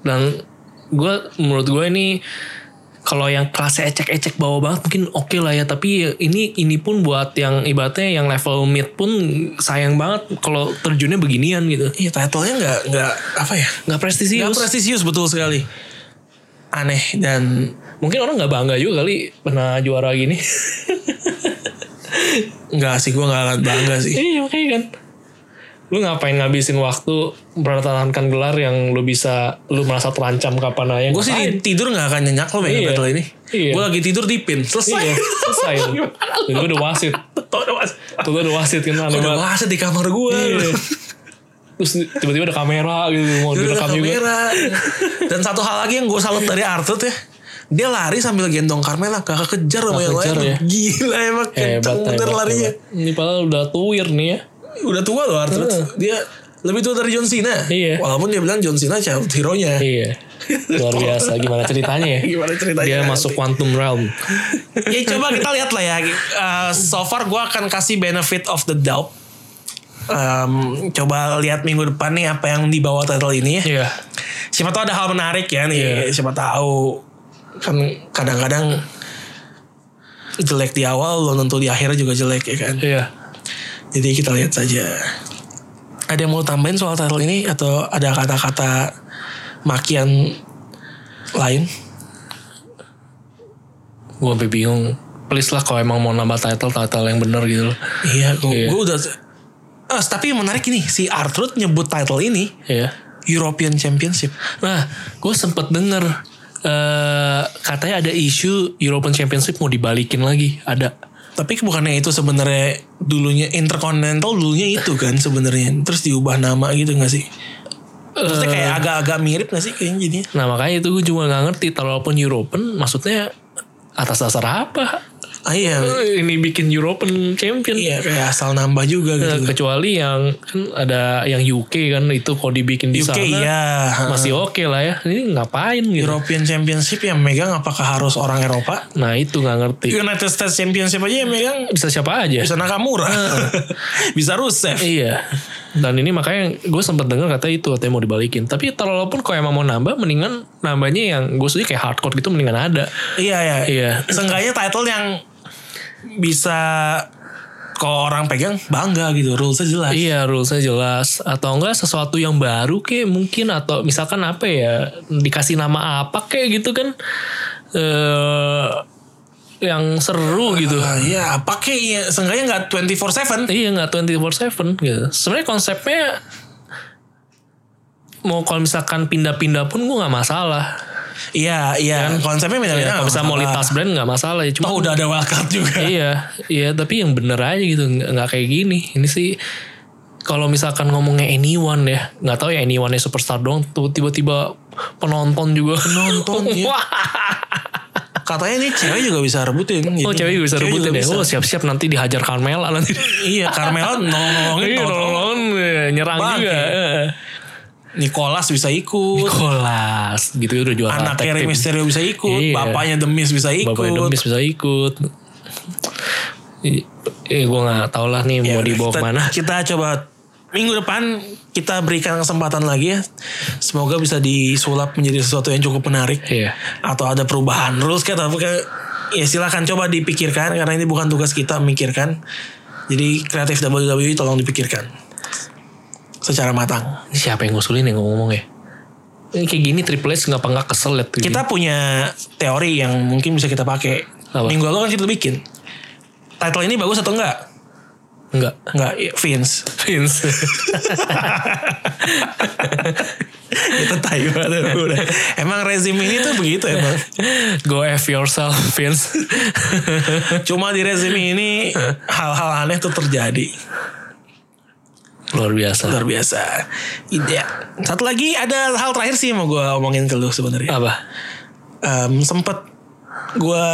dan gue menurut gue ini kalau yang kelasnya ecek-ecek bawah banget mungkin oke lah ya tapi ini ini pun buat yang ibaratnya yang level mid pun sayang banget kalau terjunnya beginian gitu
Iya, title-nya nggak nggak apa ya?
nggak prestisius
Nggak prestisius betul sekali. Aneh dan
mungkin orang nggak bangga juga kali pernah juara gini
nggak sih gue nggak akan bangga sih.
[laughs] iya makanya kan lu ngapain ngabisin waktu mempertahankan gelar yang lu bisa lu merasa terancam kapan aja
Gue sih
Ngapain?
di- tidur nggak akan nyenyak loh
Iya.
pengen battle ini.
Iya.
Gue lagi tidur dipin selesai.
Iya,
[laughs]
[laughs] selesai. Dan gue udah wasit.
Tau udah mas.
Tuh udah wasit kan aneh
Udah
banget.
wasit di kamar gue.
Iya. Terus tiba-tiba ada kamera gitu
Udah
mau
ada
direkam juga. [laughs]
kamera. Dan satu hal lagi yang gue salut dari Artut ya. Dia lari sambil gendong Carmela gak kekejar sama yang
kekejar
lain.
ya.
Gila emang
Hebat,
kenceng bener
hebat,
larinya.
hebat. Ini padahal udah tuir nih ya.
Udah tua loh Artut. Dia lebih tua dari John Cena.
Iya.
Walaupun dia bilang John Cena child hero-nya.
Iya. Luar biasa. [laughs] Gimana ceritanya ya?
Gimana ceritanya
Dia
nanti?
masuk quantum realm.
ya coba kita lihat lah ya. Eh, so far gue akan kasih benefit of the doubt. Em, coba lihat minggu depan nih apa yang dibawa title ini ya.
Iya.
Siapa tahu ada hal menarik ya nih.
Iya.
Siapa tahu kan kadang-kadang jelek di awal lo tentu di akhirnya juga jelek ya kan.
Iya.
Jadi kita lihat saja. Ada yang mau tambahin soal title ini atau ada kata-kata makian lain?
Gue sampai bingung. Please lah kalau emang mau nambah title, title yang bener gitu loh.
Iya, gue
Iya.
udah. Eh, tapi yang menarik ini si Artruth nyebut title ini
Iya.
European Championship.
Nah, gue sempet denger eh katanya ada isu European Championship mau dibalikin lagi. Ada.
Tapi bukannya itu sebenarnya dulunya Intercontinental dulunya itu kan sebenarnya. Terus diubah nama gitu gak sih? Maksudnya
Eh.
kayak agak-agak mirip gak sih kayaknya jadinya?
Nah makanya itu gue juga nggak ngerti walaupun European maksudnya atas dasar apa
Ah iya,
ini bikin European champion
iya kayak asal nambah juga
Nah,
gitu.
kecuali yang kan ada yang UK kan itu kalau dibikin di
UK
sana
iya.
masih oke lah ya ini ngapain gitu
European Championship yang megang apakah harus orang Eropa?
nah itu nggak ngerti
United States Championship aja yang megang
bisa siapa aja
bisa Nakamura.
Eh.
[laughs] bisa Rusev.
iya dan ini makanya gue sempet dengar kata itu katanya mau dibalikin tapi walaupun kalau emang mau nambah mendingan nambahnya yang gue setuju kayak hardcore gitu mendingan ada
Iya ya.
Iya.
Seenggaknya title yang bisa kalau orang pegang bangga gitu. Rulesnya jelas.
Iya rulesnya jelas Atau enggak sesuatu yang baru kayak mungkin Atau misalkan apa ya Dikasih nama apa kayak gitu kan eh Yang seru gitu
Ah, Iya, pakai ya. Seenggaknya nggak 24/7.
Iya nggak 24-7 gitu Sebenarnya konsepnya Mau kalau misalkan pindah-pindah pun gue nggak masalah
Iya, iya. Konsepnya beda
ya,
beda.
Kalau bisa mau lintas brand nggak masalah ya Cuma
Toh udah ada wildcard juga.
iya iya tapi yang bener aja gitu nggak nggak kayak gini ini sih kalau misalkan ngomongnya anyone ya nggak tahu ya anyone nya superstar dong tuh tiba-tiba penonton juga [laughs] penonton
iya.
wah
Katanya nih cewek juga bisa rebutin.
oh
jadi
cewek juga bisa rebutin
juga
ya
bisa.
oh siap-siap nanti dihajar Carmela nanti
Iya, Carmela nolongin
Iya, nolong eh, nyerang
Bangke.
juga eh.
Nicholas bisa ikut.
Kolas gitu udah juara
Anak
tag
Rey
team.
Mysterio bisa ikut,
Iya.
bapaknya Demis bisa ikut.
Bapaknya Demis bisa ikut I- eh gue nggak tau lah nih
Ya
mau
udah,
dibawa
kita,
kemana
Kita coba minggu depan kita berikan kesempatan lagi ya. Semoga bisa disulap menjadi sesuatu yang cukup menarik.
Iya.
Atau ada perubahan rules kayak atau kayak- ya silakan coba dipikirkan karena ini bukan tugas kita memikirkan. Jadi kreatif WWE tolong dipikirkan secara matang.
Ini siapa yang ngusulin yang ngomong ya? Ini kayak gini Triple H nggak pernah kesel ya liat kayak
Kita punya teori yang mungkin bisa kita pakai.
Apa?
Minggu lalu kan kita bikin. Title ini bagus atau enggak?
gini. nggak [laughs]
Enggak, ya, Vince. [laughs]
Vince.
Kita tai banget [laughs] udah. Emang rezim ini tuh begitu [laughs] emang.
Go F yourself Vince. [laughs]
Cuma di rezim ini hal-hal aneh tuh terjadi.
Luar biasa.
Luar biasa. Iya. Satu lagi ada hal terakhir sih yang mau gue omongin ke lu sebenarnya.
Apa?
Em, sempet gue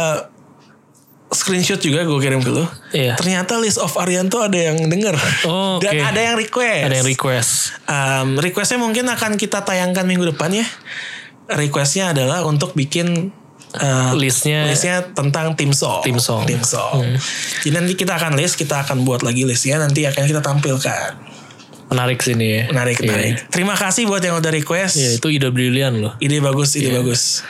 screenshot juga gue kirim ke lu.
Iya.
Ternyata list of Arianto ada yang denger.
Oh, oke.
Dan ada yang request.
Ada yang request.
Em, requestnya mungkin akan kita tayangkan minggu depan ya. Requestnya adalah untuk bikin eh,
Listnya-
listnya tentang tim song
Tim song. Hmm.
tim song jadi nanti kita akan list kita akan buat lagi listnya nanti akan kita tampilkan
menarik sih ini ya.
menarik
Iya.
menarik terima kasih buat yang udah request
Iya, itu Iya. ide brilian loh.
ide bagus ide bagus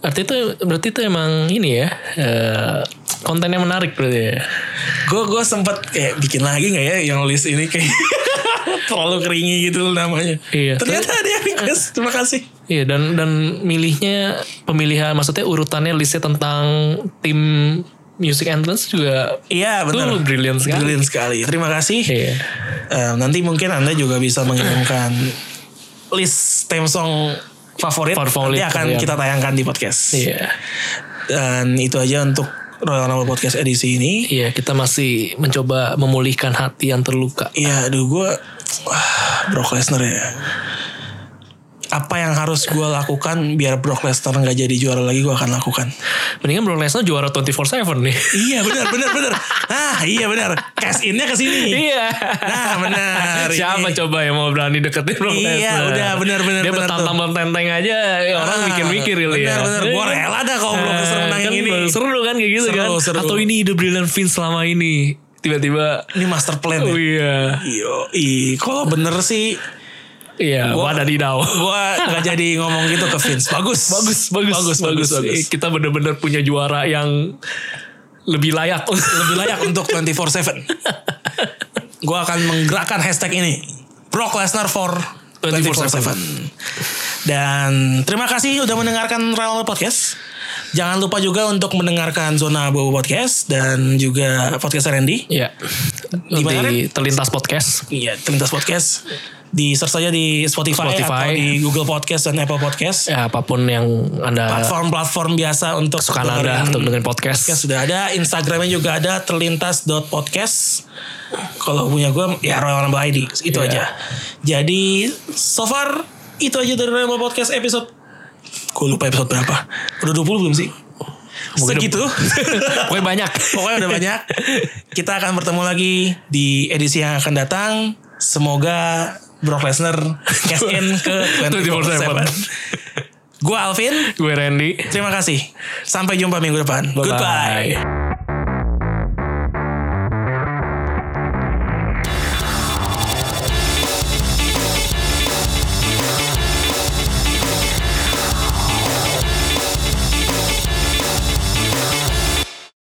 Artinya itu berarti itu emang ini ya eh, kontennya menarik berarti ya.
gue gue sempet kayak bikin lagi nggak ya yang list ini kayak [laughs] terlalu keringi gitu loh namanya
Iya.
ternyata ada yang request terima kasih
Iya dan dan milihnya pemilihan maksudnya urutannya listnya tentang tim music entrance juga
Iya benar.
Tuh, brilliant sekali.
Brilliant sekali. Terima kasih.
Iya.
Eh, nanti mungkin anda juga bisa mengirimkan list theme song favorit. nanti
Favorit,
akan
iya.
kita tayangkan di podcast.
Iya.
Dan itu aja untuk Royal Rumble Podcast edisi ini.
Iya, kita masih mencoba memulihkan hati yang terluka.
Iya, aduh gue Brock Lesnar ya. Apa yang harus gue lakukan biar Brock Lesnar nggak jadi juara lagi gue akan lakukan.
Mendingan Brock Lesnar juara 24/7 nih.
Iya benar benar benar. Nah iya benar. Cash innya ke sini.
Iya.
Nah benar.
[laughs] Siapa
Ini.
coba yang mau berani deketin Brock
Iya,
Lesnar?
udah, benar, benar,
Dia
benar tuh.
bertambah tenteng aja ya orang
Ah,
mikir-mikir really
benar,
ya.
benar. Gua rela dah kalau Brock Lesnar
Nah,
menang
kan
yang ini.
baru Seru kan kayak gitu
Seru,
kan.
seru.
Atau ini ide brilian Vince selama ini tiba-tiba
Ini master plan ya.
Oh iya.
Iyo, i, kalau bener sih
Iya,
Gua-
wadah di daun.
gua nggak jadi ngomong gitu ke Vince. Bagus.
bagus, bagus,
Bagus, bagus, bagus.
Kita benar-benar punya juara yang lebih layak.
Lebih layak untuk 24/7. Gua akan menggerakkan hashtag ini. Brock Lesnar for 24/7. Dan terima kasih udah mendengarkan Royal Podcast. Jangan lupa juga untuk mendengarkan Zona Bobo Podcast dan juga podcast Randy.
Iya.
Di mana,
Di terlintas podcast.
Iya, Terlintas Podcast. Di search saja di Spotify, atau
Spotify.
di Google Podcast dan Apple Podcast.
Ya, apapun yang Anda
platform-platform biasa untuk
suka Anda
dengerin
untuk dengan podcast.
podcast sudah ada, Instagramnya juga ada terlintas.podcast. Kalau punya gue ya Royal Rumble ID itu
Iya.
aja. Jadi so far itu aja dari Royal Rumble Podcast episode gue lupa episode berapa. Udah 20 belum sih?
Mungkin
Segitu.
Pokoknya banyak.
[laughs] Pokoknya udah banyak. Kita akan bertemu lagi di edisi yang akan datang. Semoga Brock Lesnar cash in [laughs] ke 24/7.
24/7.
Gue Alvin,
Gue Randy.
terima kasih. Sampai jumpa minggu depan.
Bye-bye.
Goodbye.